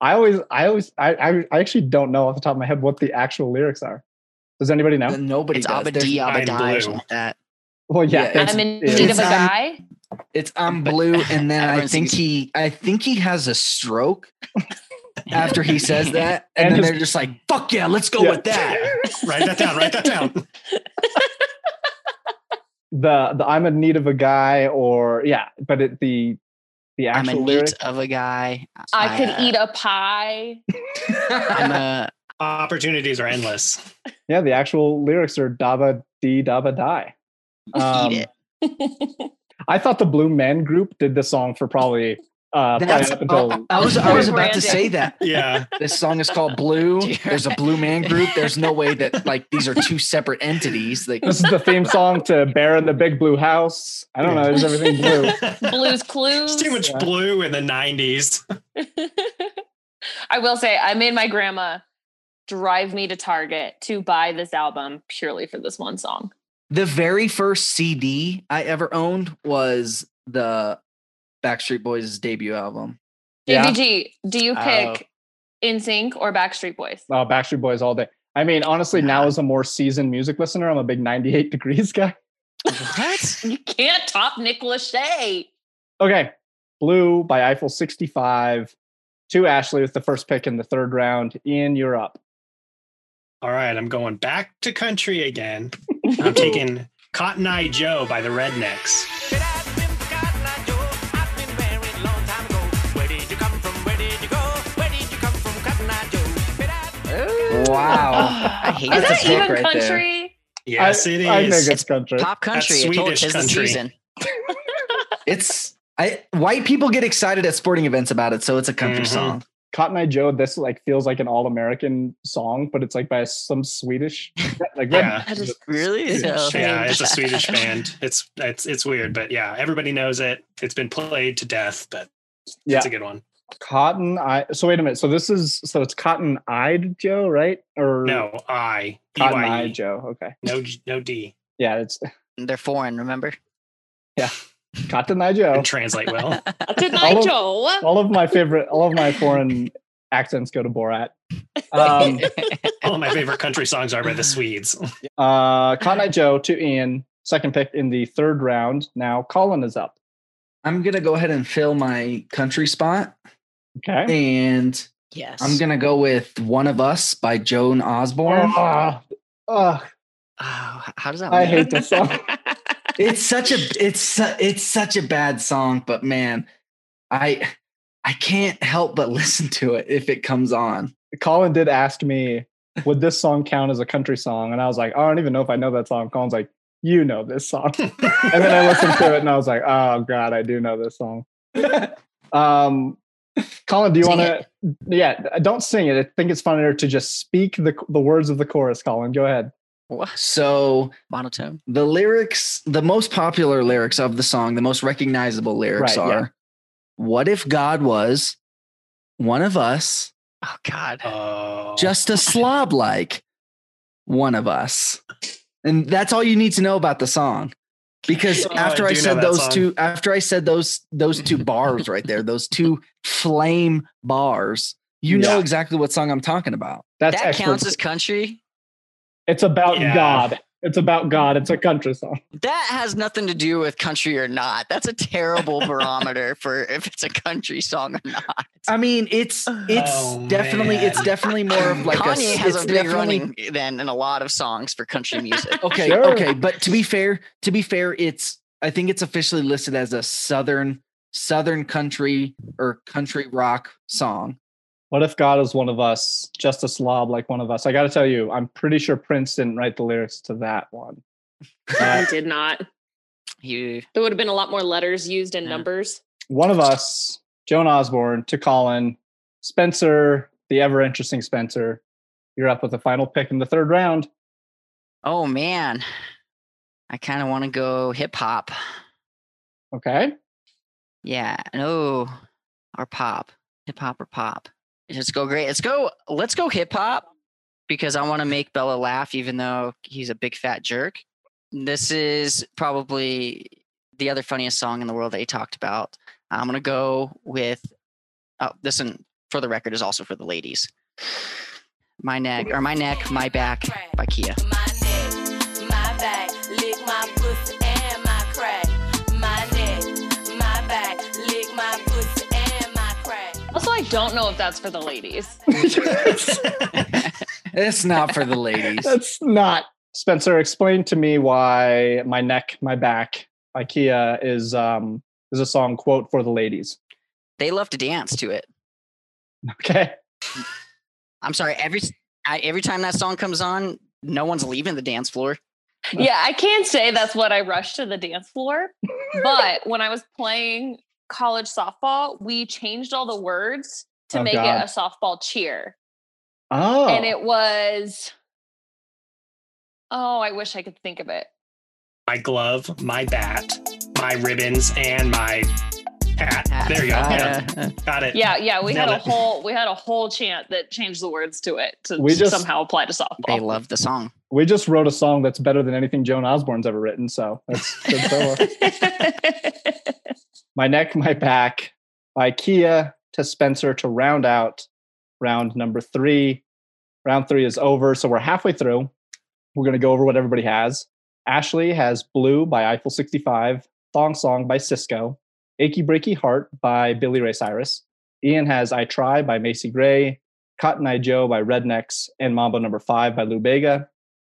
A: I always, I always, I, I, I actually don't know off the top of my head what the actual lyrics are. Does anybody know?
C: Then Nobody
D: it's
C: does. There's-
B: nine
D: Abadi Abadai or something
B: blue.
D: like that.
A: Well,
C: Yeah,
A: yeah,
E: I'm in
A: it's-
E: need of a
C: it's-
E: guy.
C: It's I'm
D: But
C: blue, and then I
D: everyone
C: think
D: sees-
C: he I think he has a stroke after he says that, and,
A: And
C: then
A: his-
C: they're just like, "Fuck yeah, let's go
A: Yeah.
B: (laughs)
C: with that."
B: write that down. Write that down.
A: the the I'm in need of a guy, or yeah, but it, the the
D: I'm a
A: actual
D: neat
A: lyrics.
D: of a guy.
E: I could
D: uh,
E: eat a pie.
D: I'm a
B: Opportunities are endless.
A: Yeah, the actual lyrics are "daba di daba die." Um, (laughs)
D: it. (laughs)
A: I thought the Blue Men group did this song for probably uh, probably
C: That's-
A: up until
C: I was I was
E: Poor
C: about to
E: Brandon.
C: say that.
B: Yeah.
C: This song is called Blue.
D: You're
C: There's a Blue Man group. There's no way that like these are two separate entities. Like
A: this is the theme song to "Bear in the Big Blue House." I don't know, it's
D: (laughs)
A: everything blue.
E: Blues clues.
B: It's too much
A: Yeah.
B: blue in the 90s.
E: I will say I made my grandma drive me to Target to buy this album purely for this one song.
C: the very first CD I ever owned was the Backstreet Boys' debut album.
A: Yeah.
E: JBG, do you
D: Oh.
E: pick In Sync or Backstreet Boys?
A: Oh, Backstreet Boys all day. I mean, honestly, now
D: Nah.
A: as a more seasoned music listener, I'm a big 98 degrees (laughs) guy.
D: what?
E: (laughs) You can't top Nick Lachey.
A: Okay. Blue by Eiffel 65 to Ashley with the first pick in the third round in Europe.
B: All right. I'm going back to country again.
A: (laughs)
B: I'm taking Cotton Eye Joe by the Rednecks.
F: Get out them cotton eye Joe. I've been married a long time ago. Where did you come from? Where did you go? Where did you come from, Cotton Eye Joe? Get
C: (sighs)
F: out
E: Oh,
C: Wow.
D: I hate
E: Is
C: That's a
E: that
D: this.
C: smoke
E: even
C: right there.
E: country?
B: Yes,
A: I,
B: it
A: I think
B: is.
A: it's country.
D: Pop country. I told you,
B: Swedish
D: 'tis the
B: country.
D: season.
C: it's I white people get excited at sporting events about it, so it's a country
B: Mhm.
A: Mm-hmm.
C: song.
A: Cotton Eye Joe, this like feels like an all American song, but it's like by some Swedish. (laughs) Like, Red-
B: yeah.
E: That is
D: (laughs) Really?
A: Swedish.
D: So-
B: Yeah, it's a Swedish band. It's it's it's weird, but yeah, everybody knows it. It's been played to death, but
A: yeah.
B: it's a good one.
A: Cotton Eye. So, wait a minute. So, this is, so it's Cotton Eyed Joe, right? Or
B: No, I
A: Cotton Eye
B: E-Y-E.
A: Joe. Okay.
B: no G- no D.
A: Yeah. It's (laughs)
D: They're foreign, remember?
A: Cotton Eye Joe.
B: (laughs) Didn't translate well.
E: Good
A: All
E: night,
A: of-
E: Joe.
A: all of my favorite, all of my foreign accents go to Borat. Um,
B: All of my favorite country songs are by the Swedes.
A: uh, Cotton Eye Joe to Ian, second pick in the third round. Now Colin is up.
C: I'm gonna go ahead and fill my country spot,
A: Okay.
C: and
D: Yes.
C: I'm gonna go with "One of Us" by Joan Osborne.
A: Ah, ah,
D: Oh, h- how does that?
A: I
D: work?
A: hate this song.
C: It's such a it's su- it's such a bad song, but man, I I can't help but (laughs) listen to it if it comes on.
A: Colin did ask me, would this song count as a country song? And I was like, I don't even know if I know that song. Colin's like, you know this
D: (laughs)
A: song. and then I listened to it and I was like, oh God, I do know this song. um, Colin, do you
D: Sing
A: want to? Yeah, don't sing it. I think it's funnier to just speak the, the words of the chorus, Colin. Go ahead.
D: What?
C: So
D: Monotone.
C: the lyrics, the most popular lyrics of the song, the most recognizable lyrics
A: Right,
C: are
A: yeah.
C: What if God was one of us,
D: Oh God.
B: Oh,
C: just a slob like one of us? And that's all you need to know about the song. Because
B: Oh, I
C: after I,
B: do know
C: said
B: that
C: those
B: song.
C: two, after I said those those
B: (laughs)
C: two bars right there, those two flame bars, you know
A: Yeah.
C: exactly what song I'm talking about.
A: That's
D: That
A: expert.
D: counts as country.
A: it's about
B: Yeah.
A: God. It's
D: Mm-hmm.
A: about God. It's a country song.
D: That has nothing to do with country or not. That's a terrible barometer for if it's a country song or not.
C: I mean, it's it's
B: Oh,
C: definitely it's
B: man.
C: definitely
D: (clears throat)
C: more of like a,
D: Kanye
C: s-
D: has
C: it's
D: a big running then in a lot of songs for country music.
C: (laughs) Okay,
A: Sure.
C: okay, but to be fair, to be fair, it's I think it's officially listed as a southern southern country or country rock song.
A: What if God is one of us, just a slob like one of us? I got to tell you, I'm pretty sure Prince didn't write the lyrics to that one. Uh,
E: (laughs) I did not.
D: you
E: There would have been a lot more letters used and
D: Yeah.
E: numbers.
A: one of us, Joan Osborne, to Colin, Spencer, the ever interesting Spencer. You're up with the final pick in the third round.
D: oh man. I kind of want to go hip hop.
A: Okay. (laughs)
D: Yeah. No. Or pop. Hip hop or pop. Let's go great. Let's go let's go hip hop because I want to make Bella laugh even though he's a big fat jerk. This is probably the other funniest song in the world that he talked about. I'm going to go with oh this one for the record is also for the ladies. My neck or my neck, my back by Kia. (laughs)
G: My neck, my back, lick my pussy and my crack. My neck, my back, lick my pussy and my crack.
E: Also, I don't know if that's for the ladies.
C: It's not for the ladies.
A: That's not. Spencer, explain to me why My Neck, My Back, IKEA is um is a song quote for the ladies. (laughs)
D: They love to dance to it.
A: Okay.
D: I'm sorry. Every s- I, every time that song comes on, no one's leaving the dance floor.
E: yeah, I can say that's what I rushed to the dance floor. But when I was playing college softball, we changed all the words to
A: Oh,
E: make
A: God.
E: it a softball cheer.
A: Oh.
E: And it was, oh, I wish I could think of it.
B: my glove, my bat, my ribbons, and my hat. There you go. Yeah,
D: Uh,
B: got it.
E: Yeah, yeah, we had
B: Nailed
E: a
B: it.
E: whole we had a whole chant that changed the words to it to
A: We just-
E: somehow apply to
D: they
E: (laughs) softball.
D: love the song.
A: we just wrote a song that's better than anything Joan Osborne's ever written. So that's good. solo. My Neck, (laughs) My Back by Kia to Spencer to round out round number three. Round three is over. So we're halfway through. We're going to go over what everybody has. Ashley has Blue by Eiffel 65, Thong Song by Cisco, Achy Breaky Heart by Billy Ray Cyrus. Ian has I Try by Macy Gray, Cotton Eye Joe by Rednecks, and Mambo Number Five by Lou Bega.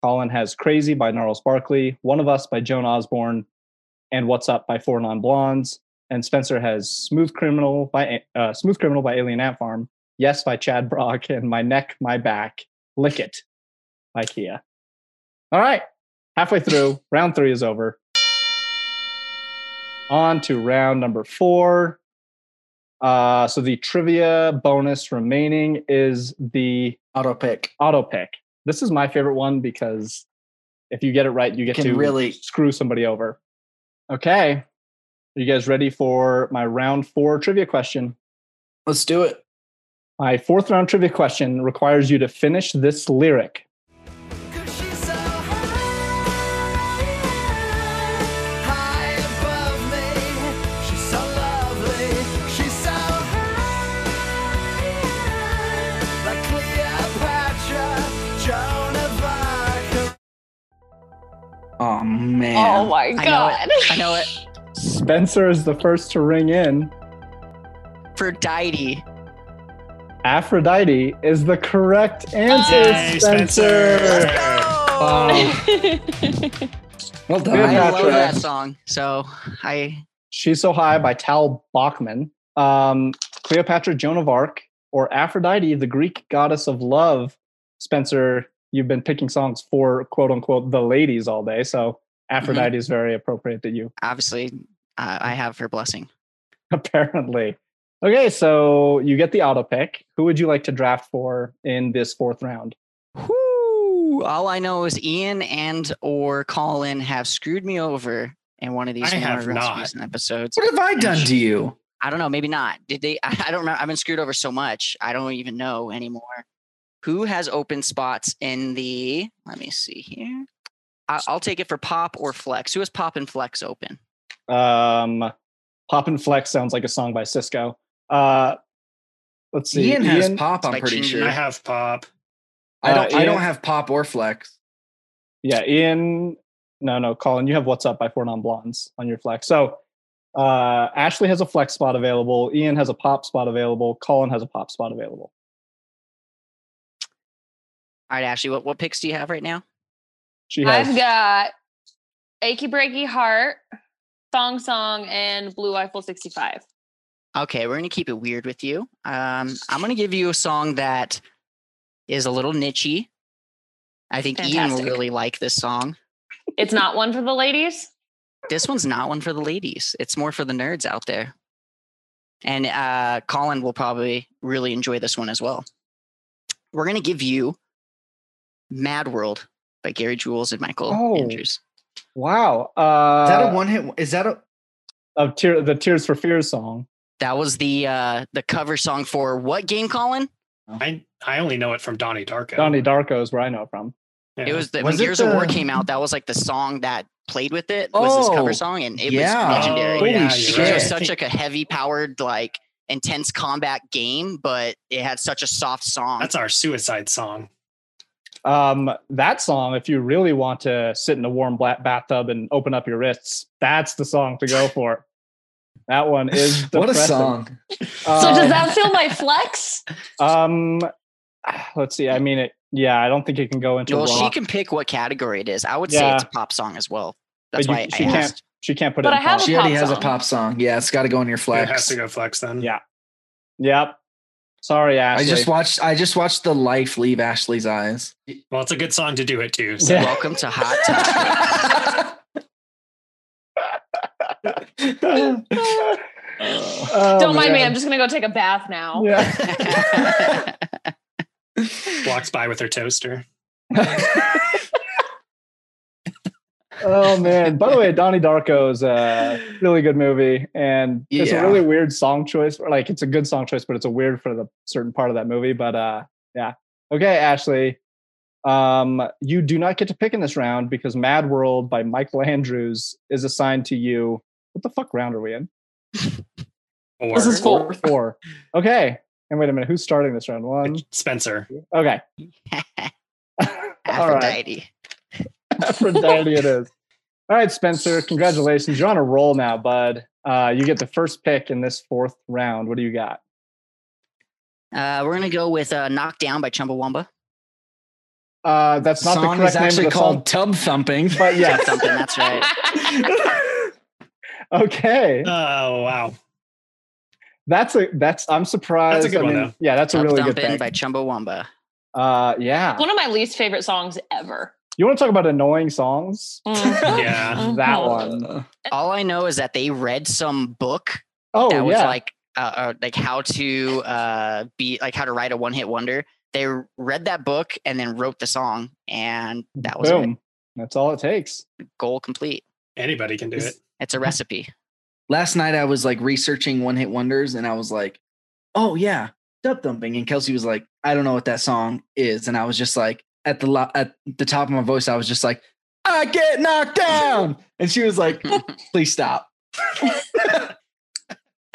A: Colin has Crazy by Gnarls Barkley, One of Us by Joan Osborne, and What's Up by Four Non Blondes and Spencer has "Smooth Criminal" by uh, "Smooth Criminal" by Alien Ant Farm, "Yes" by Chad Brock, and "My Neck, My Back, Lick It" by Kia. All right, halfway through, round three is over. On to round number four. Uh, so the trivia bonus remaining is the
C: Auto pick.
A: (laughs) auto pick. This is my favorite one because if you get it right, you get
C: Can
A: to
C: really-
A: screw somebody over. Okay. Are you guys ready for my round four trivia question?
C: Let's do it.
A: My fourth round trivia question requires you to finish this lyric.
G: Cause she's so high, high above me. She's so lovely. She's so high, like Cleopatra, Joan of Arc.
C: Oh man.
E: oh my
D: I know
B: Oh,
E: god.
D: I know it. S-
A: Spencer is the first to ring in.
D: Aphrodite.
A: Aphrodite is the correct answer,
B: Yay,
A: Spencer.
E: Oh,
D: Wow.
E: (laughs)
C: Well
A: Good
C: done.
A: Good
D: I
A: match,
D: love
A: Patrick.
D: that song. So I
A: She's So High by Tal Bachman. Um, Cleopatra, Joan of Arc, or Aphrodite, the Greek goddess of love. Spencer, you've been picking songs for quote unquote the ladies all day. So
C: Mm-hmm.
A: Aphrodite is very appropriate to you, (laughs)
D: obviously uh, I have her blessing.
A: apparently. Okay, so you get the auto pick. Who would you like to draft for in this fourth round?
D: Whoo! All I know is Ian and or Colin have screwed me over in one of these
B: I
D: more
B: have
D: most
B: not.
D: recent episodes.
C: What have I done to you?
D: I don't know, maybe not. Did they? I don't remember. I've been screwed over so much. I don't even know anymore. Who has open spots in the? Let me see here. I, I'll take it for Pop or Flex. Who has Pop and Flex open?
A: Um, Pop and Flex sounds like a song by Cisco. Uh, let's see.
C: Ian has
A: Ian-
C: pop. I'm
D: Like
C: pretty
D: Ginger.
C: sure.
B: I have pop.
C: I don't.
A: Uh,
C: I
A: Ian-
C: don't have pop or flex.
A: Yeah, Ian. No, no, Colin, you have What's Up by Four Non Blondes on your flex. So uh, Ashley has a flex spot available. Ian has a pop spot available. Colin has a pop spot available.
D: All right, Ashley. What what picks do you have right now?
A: She has.
E: I've got Achy Breaky Heart, Song Song, and Blue Eiffel 65.
D: Okay, we're gonna keep it weird with you. Um, I'm gonna give you a song that is a little nichey. I think Ian will
E: Fantastic.
D: really like this song.
E: It's not one for the ladies.
D: This one's not one for the ladies. It's more for the nerds out there. And uh, Colin will probably really enjoy this one as well. We're gonna give you "Mad World" by Gary Jules and Michael
A: Oh.
D: Andrews.
A: wow. Uh,
C: Is that a one hit? Is that a?
A: Of tear, the Tears for Fears song.
D: That was the uh, the cover song for what game, Colin?
B: I I only know it from Donnie Darko.
A: Donnie Darko is where I know it from.
B: Yeah.
D: It was the,
C: Was
D: when
C: it
D: Gears of War
C: the-
D: came out. That was like the song that played with it was this
C: Oh,
D: cover song, and it
C: yeah.
D: was
B: Oh,
D: legendary.
B: yeah,
C: Holy
B: you're
D: because
B: right.
D: it was
C: shit.
D: such like a heavy powered, like intense combat game, but it had such a soft song.
B: That's our suicide song.
A: Um, that song, if you really want to sit in a warm bla- bathtub and open up your wrists, that's the song to go for. That one is depressing.
C: (laughs) What a song!
E: so
A: Um,
E: does
H: Oh.
E: that feel my
H: (laughs)
E: flex?
A: Um, let's see. I mean, it. Yeah, I don't think it can go into.
D: well, she
A: rock.
D: can pick what category it is. I would say
A: Yeah.
D: it's a pop song as well. That's
A: you-
D: why
A: she
D: I
A: can't-
D: asked.
A: She can't put
E: But
A: it.
E: I
A: in
E: have
A: pop.
E: a
C: She already
E: pop
C: has a
E: song.
C: pop song. Yeah, it's got to go in your
B: It has
C: flex.
B: to go flex then.
A: Yeah. Yep. Sorry,
C: I
A: Ashley.
C: just
E: (laughs)
C: watched. I just watched the life leave Ashley's eyes.
B: Well, it's a good song to do it to. So.
A: Yeah.
D: Welcome
A: (laughs)
D: to Hot
C: (laughs)
D: Topic.
A: Oh,
E: Don't mind me.
A: man.
E: I'm just going to go take a bath now.
A: Yeah.
B: Walks by with her toaster.
E: (laughs)
A: (laughs) Oh man. By the way, Donnie Darko is a really good movie, and it's
C: Yeah.
A: a really weird song choice. Or like, it's a good song choice, but it's a weird for the certain part of that movie. But uh, yeah. Okay, Ashley. Um, you do not get to pick in this round because Mad World by Michael Andrews is assigned to you. What the fuck round are we in?
B: Or
E: This is four.
A: Four. Okay. And wait a minute, who's starting this round? One.
B: Spencer.
A: Okay. (laughs) All right.
D: Aphrodite.
A: (laughs) Aphrodite it is. All right, Spencer, congratulations. You're on a roll now, bud. Uh, you get the first pick in this fourth round. What do you got?
D: Uh, we're gonna go with uh, "Knocked Down" by Chumbawamba.
A: Uh, that's not
C: song
A: the correct
C: is
A: name of
C: actually
A: the
C: called
A: song,
C: Tub Thumping.
A: (laughs) but yeah.
D: Something that's right.
A: Okay,
B: Oh wow.
A: that's a that's. I'm surprised.
B: good
A: I
B: one,
A: mean,
B: though.
A: yeah, that's a
D: Up
A: really good
D: Dumpin'
A: pick.
D: by Chumbawamba.
A: Uh, yeah,
E: (laughs) One of my least favorite songs
H: (laughs)
E: ever.
A: you want to talk about annoying songs?
E: Mhm.
B: Yeah.
A: That
E: Mhm.
A: one.
C: Uh,
D: All I know is that they read some book
A: Oh
D: that was
A: yeah,
D: like uh, uh, like how to uh, be like how to write a one hit wonder. They r- read that book and then wrote the song, and that was
A: boom. That's all it takes.
D: a goal complete.
B: Anybody can do it.
A: (laughs)
D: It's a recipe.
C: Last night I was like researching one hit wonders, and I was like, "Oh yeah, Tub Thumping." And Kelsey was like, "I don't know what that song is," and I was just like, at the lo- at the top of my voice, I was just like, "I get knocked down," and she was like, "Please stop."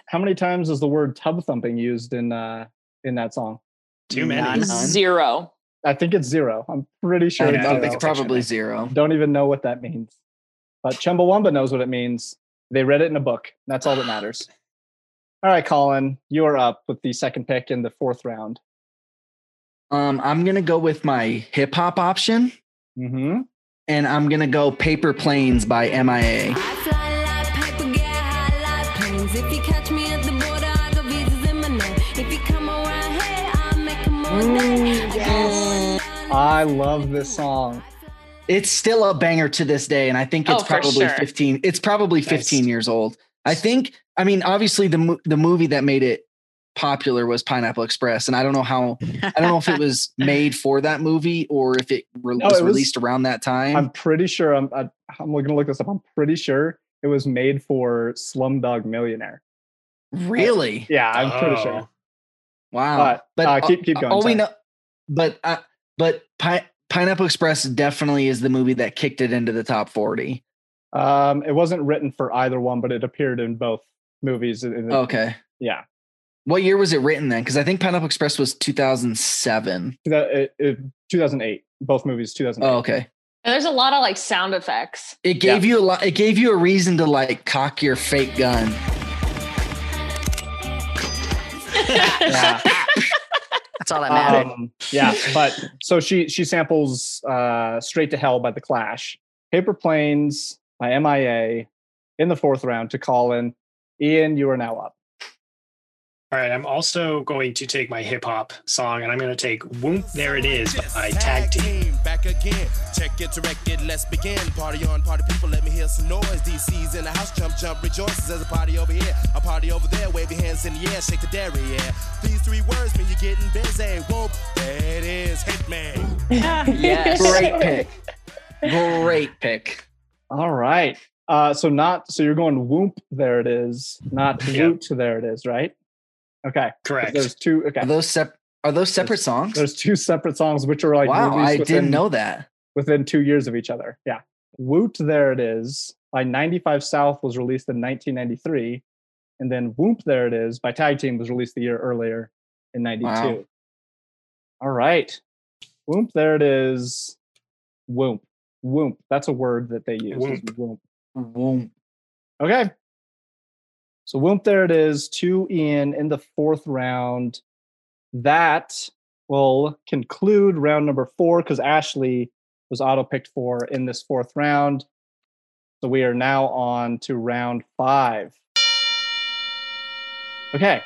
A: How many times is the word tub thumping used in uh in that song?
B: Too many.
D: None.
E: Zero.
A: I think it's zero. I'm pretty sure.
C: I
A: it's
B: Yeah,
C: don't
A: zero.
C: think it's probably zero.
A: don't even know what that means. But Chumbawamba knows what it means. They read it in a book. That's all that matters. All right, Colin, you are up with the second pick in the fourth round.
C: Um, I'm gonna go with my hip hop option,
A: Mm-hmm.
C: and I'm gonna go "Paper Planes" by MIA.
G: I fly like paper, get high like planes. If you catch me at the border, I got visas in my name. If you come around here, I'll make a move.
A: I love this song.
C: It's still a banger to this day, and I think it's
E: Oh, for
C: probably
E: sure.
C: 15. It's probably 15 years old. I think. I mean, obviously the mo- the movie that made it popular was Pineapple Express, and I don't know how I don't
D: (laughs)
C: know if it
E: (laughs)
C: was made for that movie or if it re-
A: No,
C: was
A: it was-
C: released around that time.
A: I'm pretty sure I'm I, I'm going to look this up. I'm pretty sure it was made for Slumdog Millionaire.
C: really?
A: Yeah, I'm pretty
B: Oh.
A: sure.
C: Wow.
A: But, uh, keep- keep going,
C: All
A: sorry.
C: we know, but uh, but Pi- Pineapple Express definitely is the movie that kicked it into the top 40.
A: Um, it wasn't written for either one, but it appeared in both movies. in- in the-
C: Okay.
A: Yeah,
C: What year was it written then? Because I think Pineapple Express was 2007.
A: That- it- it- 2008. Both movies, 2008.
C: Oh, okay.
E: And there's a lot of like sound effects.
C: It gave you a lot. It gave you a reason to like cock your fake gun.
E: (laughs)
A: Yeah.
D: That's all that mattered.
A: Um, yeah, but so she she samples uh, "Straight to Hell" by the Clash, "Paper Planes" by MIA, in the fourth round to Colin. Ian, you are now up.
B: All right, I'm also going to take my hip hop song and I'm going to take Whoop There It Is by Tag Team.
F: Back again. Check it, direct it, let's begin. Party on, party people, let me hear some noise. DC's in the house, jump, jump, rejoices. There's a party over here, a party over there. Wave your hands in the air, shake the dairy, yeah. These three words mean you're getting busy. Whoop, there it is, Hitman.
A: (laughs)
D: yes.
C: Great pick. Great pick.
A: All right. Uh, so not so you're going whoop. There it is. (laughs) Not
B: Yeah.
A: woot. There it is. Right. Okay.
B: Correct.
A: There's two. Okay.
C: Are those sep- Are those separate songs?
A: There's two separate songs which are like
C: wow,
A: released
C: I
A: within-
C: didn't know that.
A: within two years of each other. Yeah. Woot There It Is by 95 South was released in 1993. And then Whoop There It Is by Tag Team was released the year earlier in 92.
C: Wow.
A: All right. Whoop There It Is. Whoop. Whoop. That's a word that they use. is Whoop.
C: Whoom.
A: Okay. So Whoop There It Is, two in in the fourth round. That will conclude round number four because Ashley was auto picked for in this fourth round. So we are now on to round five. Okay.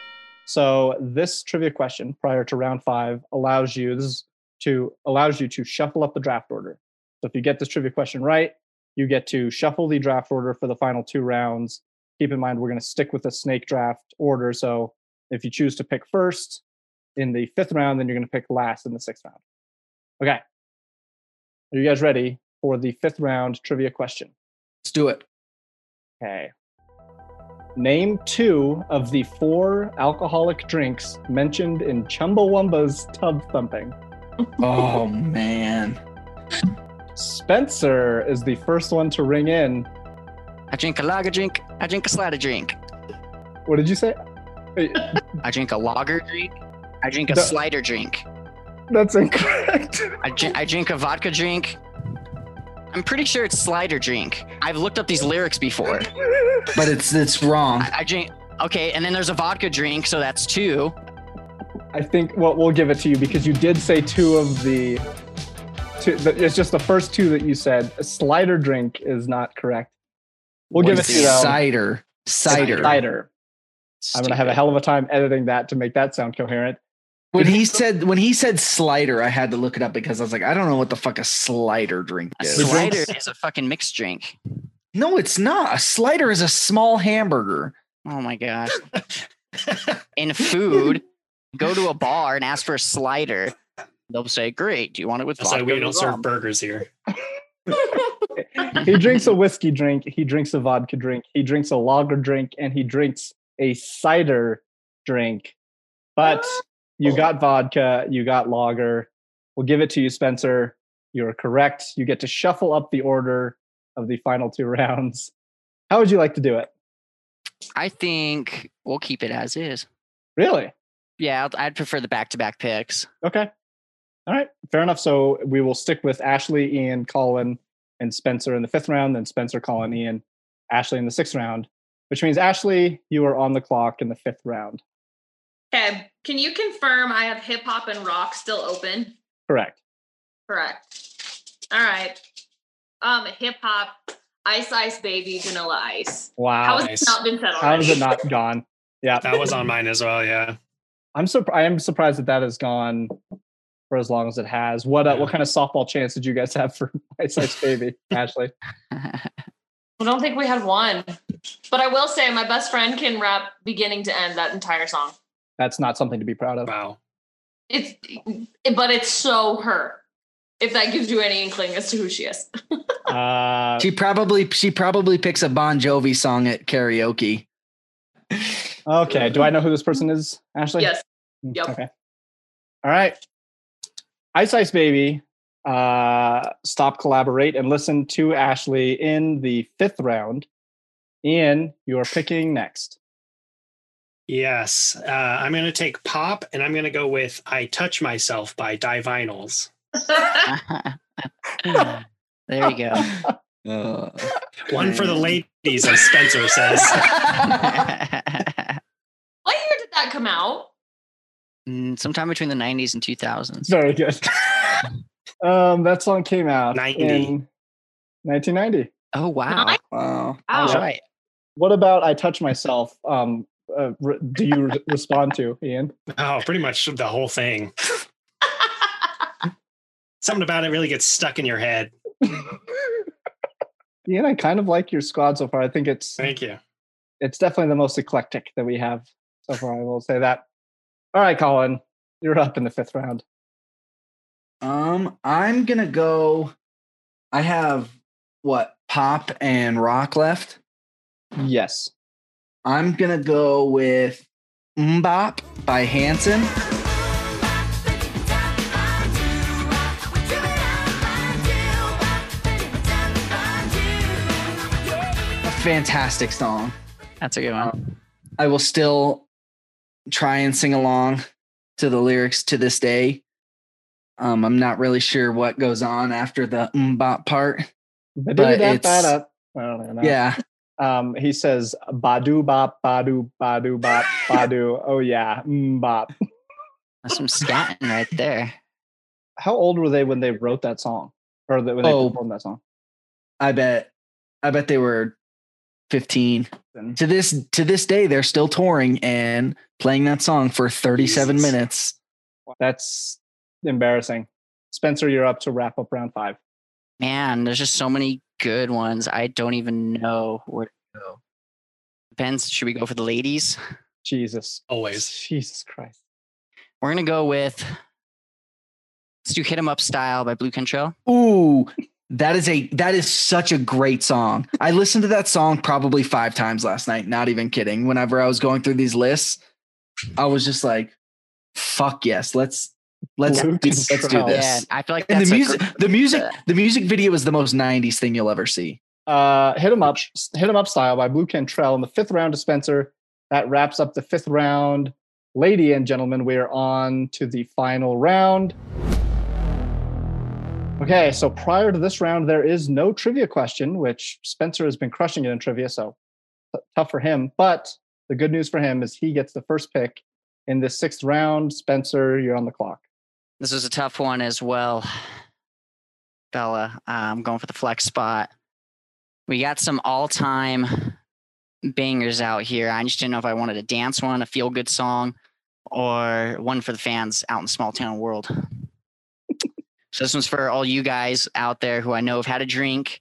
A: So this trivia question prior to round five allows you this is to allows you to shuffle up the draft order. So if you get this trivia question right, you get to shuffle the draft order for the final two rounds. Keep in mind we're going to stick with the snake draft order. So if you choose to pick first in the fifth round, then you're going to pick last in the sixth round. Okay. Are you guys ready for the fifth round trivia question?
C: Let's do it.
A: Okay. Name two of the four alcoholic drinks mentioned in Chumbawamba's Tub Thumping.
C: Oh man.
A: Spencer is the first one to ring in.
D: I drink a lager drink. I drink a slider drink.
A: What did you say?
D: I drink a lager drink. I drink a
A: The-
D: slider drink.
A: That's incorrect. (laughs)
D: I, dr- I drink a vodka drink. I'm pretty sure it's slider drink. I've looked up these lyrics before.
C: But it's it's wrong.
D: I, I drink. Okay, and then there's a vodka drink, so that's two.
A: I think well, we'll give it to you because you did say two of the. Two, the- it's just the first two that you said. A slider drink is not correct. We'll give it
C: It's
A: to you though.
C: cider. Cider.
A: Cider. I'm gonna have a hell of a time editing that to make that sound coherent.
C: When he said when he said slider, I had to look it up because I was like, I don't know what the fuck a slider drink
D: A
C: is.
D: slider is a fucking mixed drink.
C: No, it's not. A slider is a small hamburger.
D: Oh my gosh.
B: (laughs)
D: In food, go to a bar and ask for a slider. They'll say, "Great, do you want it with
B: That's
D: vodka?"
B: why we
D: or
B: don't serve
D: rum?"
B: burgers here.
A: he drinks a whiskey drink, he drinks a vodka drink, he drinks a lager drink, and he drinks a cider drink. But you got vodka, you got lager. We'll give it to you, Spencer. You're correct. You get to shuffle up the order of the final two (laughs) rounds. How would you like to do it?
D: I think we'll keep it as is.
A: Really?
D: Yeah, I'd, I'd prefer the back-to-back picks. (laughs)
A: Okay. All right. Fair enough. So we will stick with Ashley, Ian, Colin, and Spencer in the fifth round, then Spencer, Colin, Ian, Ashley in the sixth round, which means Ashley, you are on the clock in the fifth round.
H: Okay. Can you confirm I have hip hop and rock still open?
A: Correct.
H: Correct. All right. Um, hip hop, Ice Ice Baby, Vanilla Ice. How
A: Wow.
H: has
B: Nice.
H: it not been said
A: How
H: already?
A: is it not gone? Yeah.
B: That was on mine as well. Yeah.
A: I'm surprised. I am surprised that that has gone for as long as it has. What uh, what kind of softball chance did you guys have for (laughs) Ice Ice Baby, Ashley?
H: I don't think we had one, but I will say my best friend can rap beginning to end that entire song.
A: That's not something to be proud
B: (laughs)
A: of.
B: Wow.
H: It's, but it's so her. If that gives you any inkling as to who she is,
A: Uh,
C: She probably she probably picks a Bon Jovi song at karaoke.
A: okay. Do I know who this person is, Ashley?
H: yes, (laughs)
A: Mm,
H: Yep.
A: Okay. All right. Ice Ice Baby, uh, stop, collaborate, and listen to Ashley in the fifth round. Ian, you are picking next. (laughs)
B: Yes. Uh, I'm going to take pop and I'm going to go with I Touch Myself by Die Vinyls.
D: there
B: (laughs)
D: you go. (laughs)
C: Uh,
B: One for the ladies, as Spencer says.
H: what year did that come out?
D: Mm, Sometime between the 90s and 2000s.
A: Very good. (laughs) um, that song came out
B: 90.
A: in 1990.
D: Oh, wow.
H: Nice.
C: wow.
H: Wow.
D: That's right.
A: What about I touch myself? Um, uh, re- do you re- respond to Ian? (laughs)
B: Oh, pretty much the whole thing. Something about it really gets stuck in your head.
A: Ian, I kind of like your squad so far. I think it's
B: Thank you.
A: it's definitely the most eclectic that we have so far. I will say that. All right, Colin, you're up in the fifth round.
C: Um, I'm gonna go. I have what pop and rock left.
A: Yes.
C: I'm gonna go with Mbop by Hanson. Fantastic song.
D: That's a good one.
C: I will still try and sing along to the lyrics to this day. Um, I'm not really sure what goes on after the mbop part.
A: But
C: it's-
A: I don't even know.
C: Yeah.
A: Um, he says badu bop badu badu
C: (laughs)
A: bop badu. Oh yeah, mm, bop.
B: (laughs)
D: That's some scatting right there.
A: How old were they when they wrote that song, or that when they
C: Oh.
A: performed that song?
C: I bet I bet they were 15. To this to this day, they're still touring and playing that song for 37
B: Jesus.
C: minutes.
A: That's embarrassing. Spencer, you're up to wrap up round five.
D: Man, there's just so many good ones. I don't even know where to go. Depends. Should we go for the ladies?
A: Jesus,
B: Always.
A: Jesus Christ.
D: We're going to go with. Let's do Hit 'em Up Style by Blue Control.
C: Ooh, that is a that is such a great song. I listened to that song probably five times last night. Not even kidding. Whenever I was going through these lists, I was just like, "Fuck yes, let's let's
A: Blue
C: do, let's do
A: Control.
C: this."
D: Yeah, I feel like
C: And
D: that's
C: the
D: a
C: music,
D: great-
C: the music, the music video is the most '90s thing you'll ever see.
A: Uh, hit 'em up, hit 'em up style by Blue Cantrell in the fifth round to Spencer. That wraps up the fifth round. Lady and gentlemen, we are on to the final round. Okay, so prior to this round, there is no trivia question, which Spencer has been crushing it in trivia, so t- tough for him. But the good news for him is he gets the first pick in the sixth round. Spencer, you're on the clock.
D: This was a tough one as well, Bella. Uh, I'm going for the flex spot. We got some all-time bangers out here. I just didn't know if I wanted a dance one, a feel-good song, or one for the fans out in small town world. so this one's for all you guys out there who I know have had a drink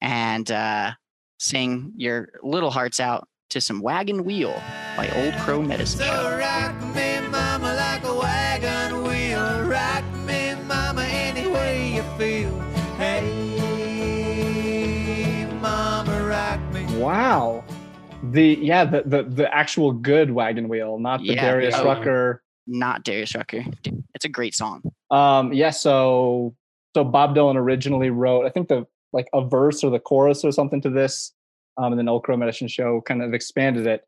D: and uh, sing your little hearts out to some Wagon Wheel by Old Crow Medicine Show.
F: So rock me, mama, like a wagon wheel. Rock me, mama, any way you feel. Hey, mama, rock me.
A: Wow. The yeah, the the, the actual good wagon wheel, not the
D: Yeah,
A: Darius
B: yeah.
A: Rucker.
D: Not Darius Rucker. Dude, It's a great song.
A: Um, yeah, so so Bob Dylan originally wrote, I think the like a verse or the chorus or something to this, um, and then Old Crow Medicine Show kind of expanded it.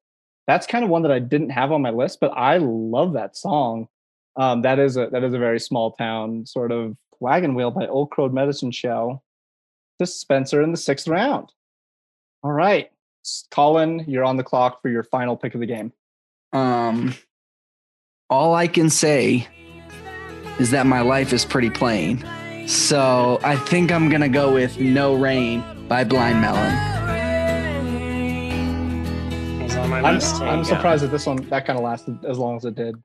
A: That's kind of one that I didn't have on my list, but I love that song. Um, that is a that is a very small town sort of wagon wheel by Old Crow Medicine Show. This Spencer in the sixth round. All right. Colin, you're on the clock for your final pick of the game.
C: Um, all I can say is that my life is pretty plain. So I think I'm gonna go with "No Rain" by Blind Melon.
B: It was on my
A: I'm,
B: list.
A: I'm
B: Yeah.
A: surprised that this one that kind of lasted as long as it did.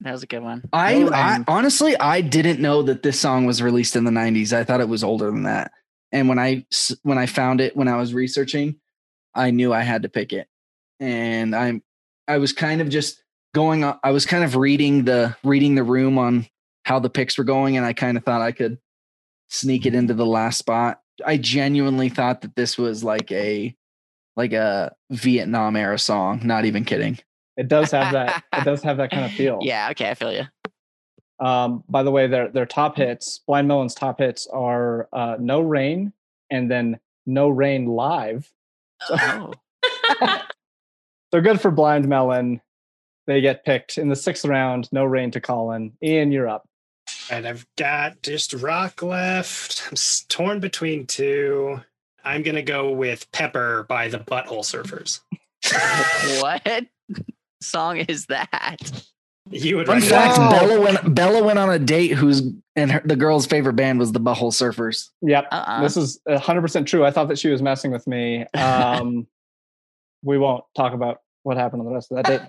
D: That was a good one.
C: I,
A: No
C: I
A: Rain.
C: honestly I didn't know that this song was released in the 90s. I thought it was older than that. And when I s- when I found it when I was researching, I knew I had to pick it. And I'm I was kind of just going on I was kind of reading the reading the room on how the picks were going and I kind of thought I could sneak it into the last spot. I genuinely thought that this was like a like a Vietnam era song, not even kidding.
A: It does have that. it does have that kind of feel.
D: Yeah. Okay.
A: (laughs)
D: I feel you.
A: Um, by the way, their their top hits, Blind Melon's top hits are uh, "No Rain" and then "No Rain Live."
D: Oh.
H: (laughs)
A: They're good for Blind Melon. They get picked in the sixth round. No Rain to Colin. Ian, you're up.
B: And I've got just rock left. I'm s- torn between two. I'm gonna go with Pepper by the Butthole Surfers.
D: what (laughs) song is that?
B: You would
C: Fun
B: recognize
C: fact:
A: Wow.
C: Bella went Bella went on a date who's and her, the girl's favorite band was the Butthole Surfers.
A: Yep,
D: Uh-uh.
A: this is 100 percent true. I thought that she was messing with me. Um, we won't talk about what happened on the rest of that date,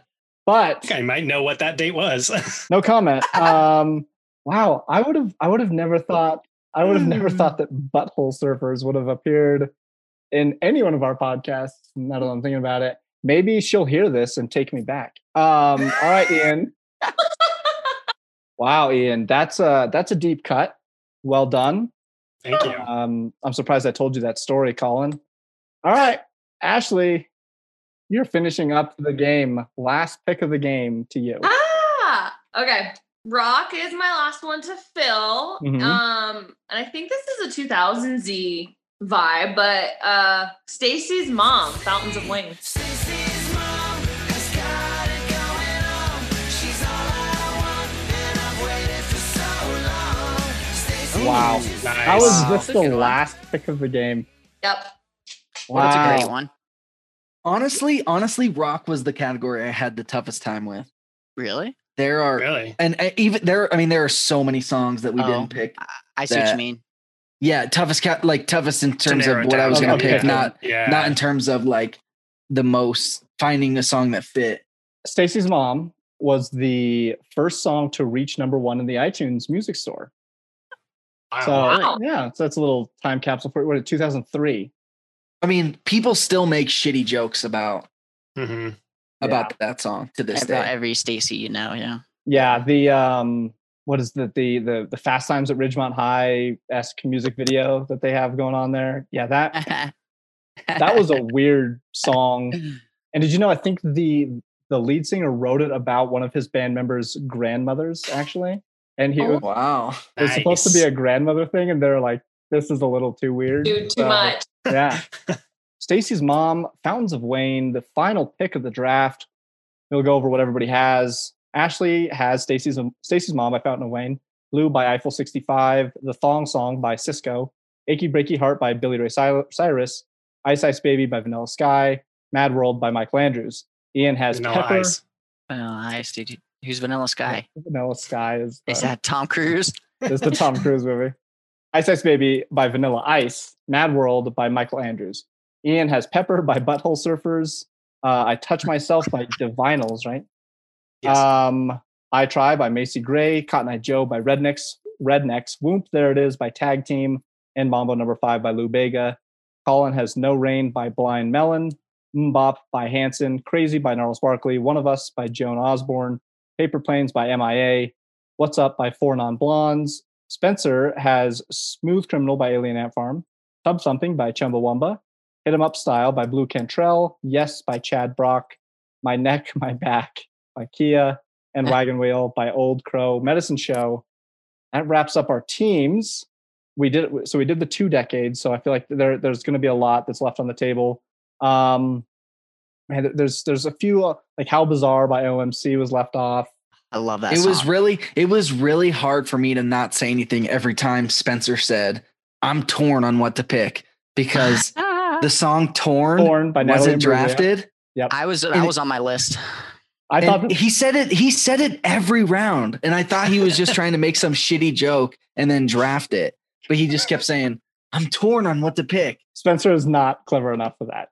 A: but
B: I think I might know what that date was. (laughs)
A: no comment. Um, wow, I would have I would have never thought I would have never
B: Hmm.
A: thought that butthole surfers would have appeared in any one of our podcasts. Now that I'm thinking about it, maybe she'll hear this and take me back. Um, all right, Ian. wow, Ian, that's a that's a deep cut. Well done.
B: Thank you.
A: Um, I'm surprised I told you that story, Colin. All right, Ashley, you're finishing up the game. Last pick of the game to you.
H: Ah, okay. Rock is my last one to fill.
A: Mhm.
H: Um, and I think this is a 2000Z vibe, but uh Stacy's mom, Fountains of Wings.
A: Wow.
B: Nice.
A: How is this
D: That's a
A: the
D: good one.
A: last pick of the game?
H: Yep.
D: Well, That's a
A: Wow.
D: great one.
C: Honestly, honestly, rock was the category I had the toughest time with.
D: Really?
C: There are
B: really?
C: and uh, even there, I mean, there are so many songs that we
D: Oh.
C: didn't pick.
D: I see what
C: That-
D: you mean.
C: Yeah, toughest cat like toughest in terms
B: narrow
C: of
B: it
C: what I
B: down.
C: was gonna
A: Okay.
C: pick, not
B: Yeah.
C: not in terms of like the most finding a song that fit.
A: Stacy's Mom was the first song to reach number one in the iTunes music store.
B: Wow.
A: So
H: Wow.
A: yeah, so that's a little time capsule for what 2003.
C: I mean, people still make shitty jokes about
B: Mhm.
C: about that song to this
D: About
C: day.
D: every Stacy, you know. Yeah.
A: Yeah, the um, what is the the the, the Fast Times at Ridgemont High esque music video that they have going on there. Yeah, that that
D: (laughs)
A: was a weird
D: (clears throat)
A: song. And did you know? I think the the lead singer wrote it about one of his band members' grandmothers, actually. And he
D: Oh.
A: it was,
C: Oh, wow.
A: it was supposed to be a grandmother thing, and they're like, "This is a little too weird."
H: Dude, too
A: So,
H: much.
A: yeah.
H: (laughs)
A: Stacy's mom, Fountains of Wayne, the final pick of the draft. We'll go over what everybody has. Ashley has Stacy's Stacy's mom by Fountain of Wayne, Blue by Eiffel 65, The Thong Song by Cisco, Achy Breaky Heart by Billy Ray Cy- Cyrus, Ice Ice Baby by Vanilla Sky, Mad World by Michael Andrews. Ian has
B: Vanilla
A: Pepper.
B: Ice.
D: Vanilla Ice, dude. Who's Vanilla Sky?
A: Vanilla Sky is the,
D: Is that Tom Cruise?
A: is the Tom Cruise movie. Ice Ice Baby by Vanilla Ice. Mad World by Michael Andrews. Ian has Pepper by Butthole Surfers. Uh, I Touch Myself by Divinals, right?
B: Yes.
A: Um, I Try by Macy Gray. Cotton Eye Joe by Rednecks. Rednecks. Whoop, There It Is by Tag Team. And Mambo Number Five by Lou Bega. Colin has No Rain by Blind Melon. Mbop by Hanson. Crazy by Gnarls Barkley. One of Us by Joan Osborne. Paper Planes by MIA. What's Up by Four Non Blondes. Spencer has Smooth Criminal by Alien Ant Farm, Tub Something by Chumbawamba, Hit 'em Up Style by Blue Cantrell, Yes by Chad Brock, My Neck, (laughs) My Back by Kia,
C: (laughs)
A: and Wagon Wheel by Old Crow Medicine Show. That wraps up our teams. We did it- so we did the two decades, so I feel like there there's going to be a lot that's left on the table. Um man, there- there's there's a few uh, like How Bizarre by OMC was left off.
D: I love that.
C: it was
D: song.
C: really it was really hard for me to not
D: (laughs)
C: say anything every time Spencer said, "I'm torn on what to pick" because the song "Torn"
A: Born by Natalie
C: wasn't
A: Imbruglia.
C: drafted.
D: I was
C: And
D: I
C: it-
D: was on my list.
A: I
C: And
A: thought
C: he said it. He said it every round, and I thought he
D: (laughs)
C: was just trying to make some shitty joke and then draft it. But he just kept saying, "I'm torn on what to pick."
A: (laughs) Spencer is not clever enough for that.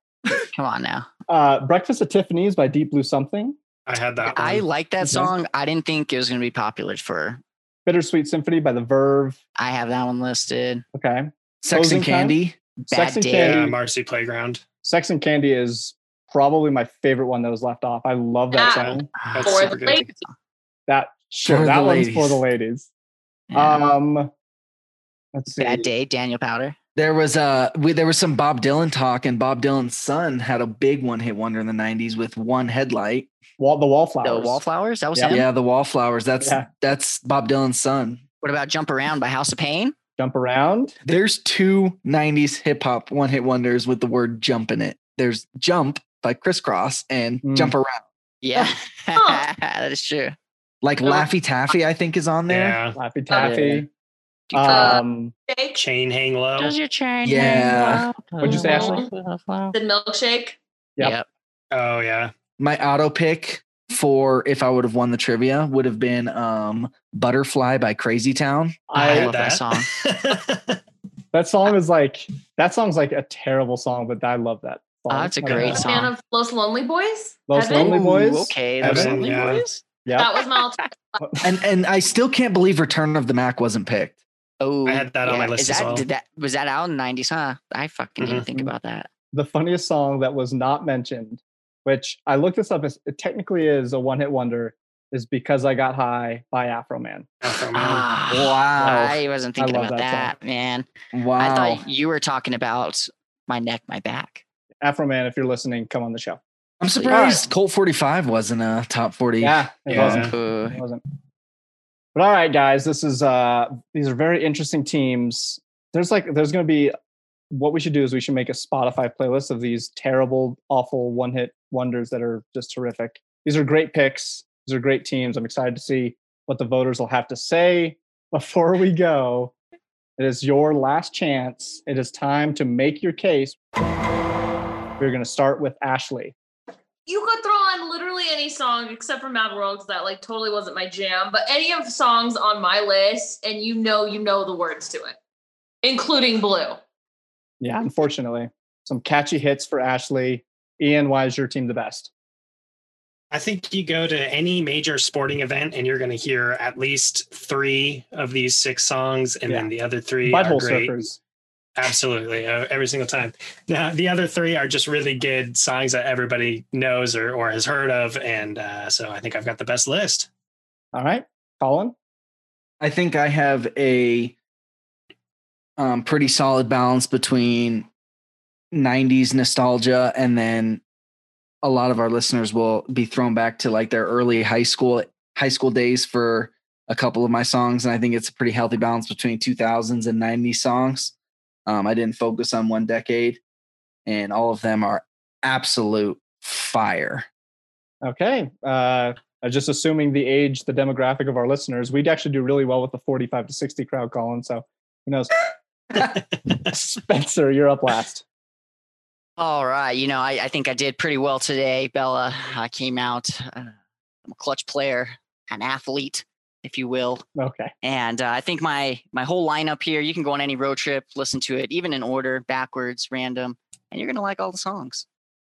D: Come on now.
A: Uh, Breakfast at Tiffany's by Deep Blue Something.
B: I had that.
D: I
B: one.
D: like
A: Okay.
D: that song. I didn't think it was going to be popular for.
A: Bittersweet Symphony by The Verve.
D: I have that one listed.
A: Okay.
C: Sex
A: Closing
C: and
A: time?
C: Candy.
D: Bad
A: Sex and
D: Day.
B: yeah,
A: Candy.
B: Marcy Playground.
A: Sex and Candy is probably my favorite one that was left off. I love
C: Ah,
A: that
H: Yeah.
A: song.
D: Ah,
B: That's
H: For
B: super
H: the
B: good.
H: ladies.
A: That sure,
C: For the
A: that one's for
C: ladies.
A: the ladies.
D: Yeah.
A: Um let's see.
D: Bad Day. Daniel Powder.
C: There was uh we, there was some Bob Dylan talk, and Bob Dylan's son had a big one hit wonder in the '90s with one headlight.
A: Wall, the wallflowers.
D: The Wallflowers. That was
A: Yep.
D: him.
C: Yeah, the Wallflowers. That's
A: Yeah.
C: that's Bob Dylan's son.
D: What about Jump Around by House of Pain?
A: Jump around.
C: There's two '90s hip hop one hit wonders with the word "jump" in it. There's "Jump" by Crisscross and
A: Mm.
C: "Jump Around."
D: Yeah,
H: Huh.
D: (laughs) that is true.
C: Like Laffy Taffy, I think is on there.
B: Yeah.
A: Laffy Taffy.
H: Uh,
A: Um
H: Milkshake.
B: Chain hang low.
D: Does your chain? hang
C: Yeah.
D: low?
A: What'd you say,
H: Ashley?
D: Yep.
H: The milkshake.
B: Oh yeah.
C: My auto pick for if I would have won the trivia would have been um "Butterfly" by Crazy Town.
D: I,
A: I
D: love that, song.
B: (laughs)
A: that song is like that song's like a terrible song, but I love that song.
D: Oh, it's a
A: I
D: great
A: love that.
D: song.
H: Fan of Los Lonely Boys.
A: Los
H: Heaven?
A: Lonely Boys.
D: Ooh, okay,
A: Evan,
D: those Lonely
B: yeah.
D: Boys.
A: Yeah.
H: That was my alternative.
C: and and I still can't believe "Return of the Mac" wasn't picked.
D: Oh,
B: I had that on my list
D: Is
B: as
D: that,
B: well.
D: Did that was that out in the '90s? Huh? I fucking didn't think about that.
A: (laughs) the funniest song that was not mentioned, which I looked this up, is, it technically is a one hit wonder, is Because I Got High by Afro Man.
B: Afro Man.
D: Ah,
C: Wow.
D: I wasn't thinking
A: I love
D: about
A: that
D: that, man.
C: Wow.
D: I thought you were talking about my neck, my back.
A: Afro Man, if you're listening, come on the show.
C: I'm surprised Colt 45 wasn't a top 40.
A: Yeah, it
B: Yeah.
A: wasn't.
D: Ooh.
A: It wasn't. But all right, guys, this is uh these are very interesting teams. There's like there's gonna be what we should do is we should make a Spotify playlist of these terrible, awful one hit wonders that are just terrific. These are great picks. These are great teams. I'm excited to see what the voters will have to say. (laughs) Before we go, it is your last chance. It is time to make your case. We're going to start with Ashley.
H: You could throw on literally any song except for Mad World 'cause that like totally wasn't my jam. But any of the songs on my list, and you know, you know the words to it, including Blue.
A: Yeah, unfortunately, some catchy hits for Ashley. Ian, why is your team the best?
B: I think you go to any major sporting event and you're going to hear at least three of these six songs, and then the other three are
A: Butthole
B: great.
A: surfers.
B: Absolutely, uh, every single time. Now the other three are just really good songs that everybody knows or or has heard of, and uh, so I think I've got the best list.
A: All right, Colin.
C: I think I have a um, pretty solid balance between 90s nostalgia and then a lot of our listeners will be thrown back to like their early high school high school days for a couple of my songs and I think it's a pretty healthy balance between 2000s and 90s songs. Um, I didn't focus on one decade and all of them are absolute fire.
A: Okay. Uh, uh, just assuming the age, the demographic of our listeners, we'd actually do really well with the 45 to 60 crowd, Colin. So who knows? (laughs) Spencer, you're up last.
D: All right. You know, I, I think I did pretty well today, Bella. I came out uh, I'm a clutch player, an athlete, if you will.
A: Okay.
D: And uh, I think my my whole lineup here, you can go on any road trip, listen to it, even in order, backwards, random, and you're gonna like all the songs.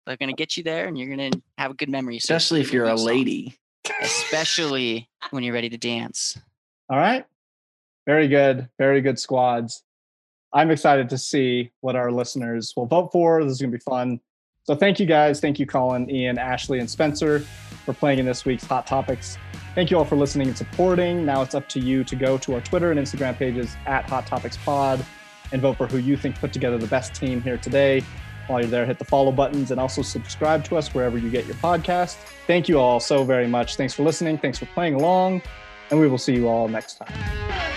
D: They're gonna get you there, and you're gonna have a good memory, so
C: Especially if you're a
D: each song.
C: lady.
D: Especially when you're ready to dance.
A: All right. Very good. Very good squads. I'm excited to see what our listeners will vote for. This is going to be fun. So thank you guys. Thank you, Colin, Ian, Ashley, and Spencer for playing in this week's Hot Topics. Thank you all for listening and supporting. Now it's up to you to go to our Twitter and Instagram pages at Hot Topics Pod and vote for who you think put together the best team here today. While you're there, hit the follow buttons and also subscribe to us wherever you get your podcast. Thank you all so very much. Thanks for listening. Thanks for playing along. And we will see you all next time.
G: Bye.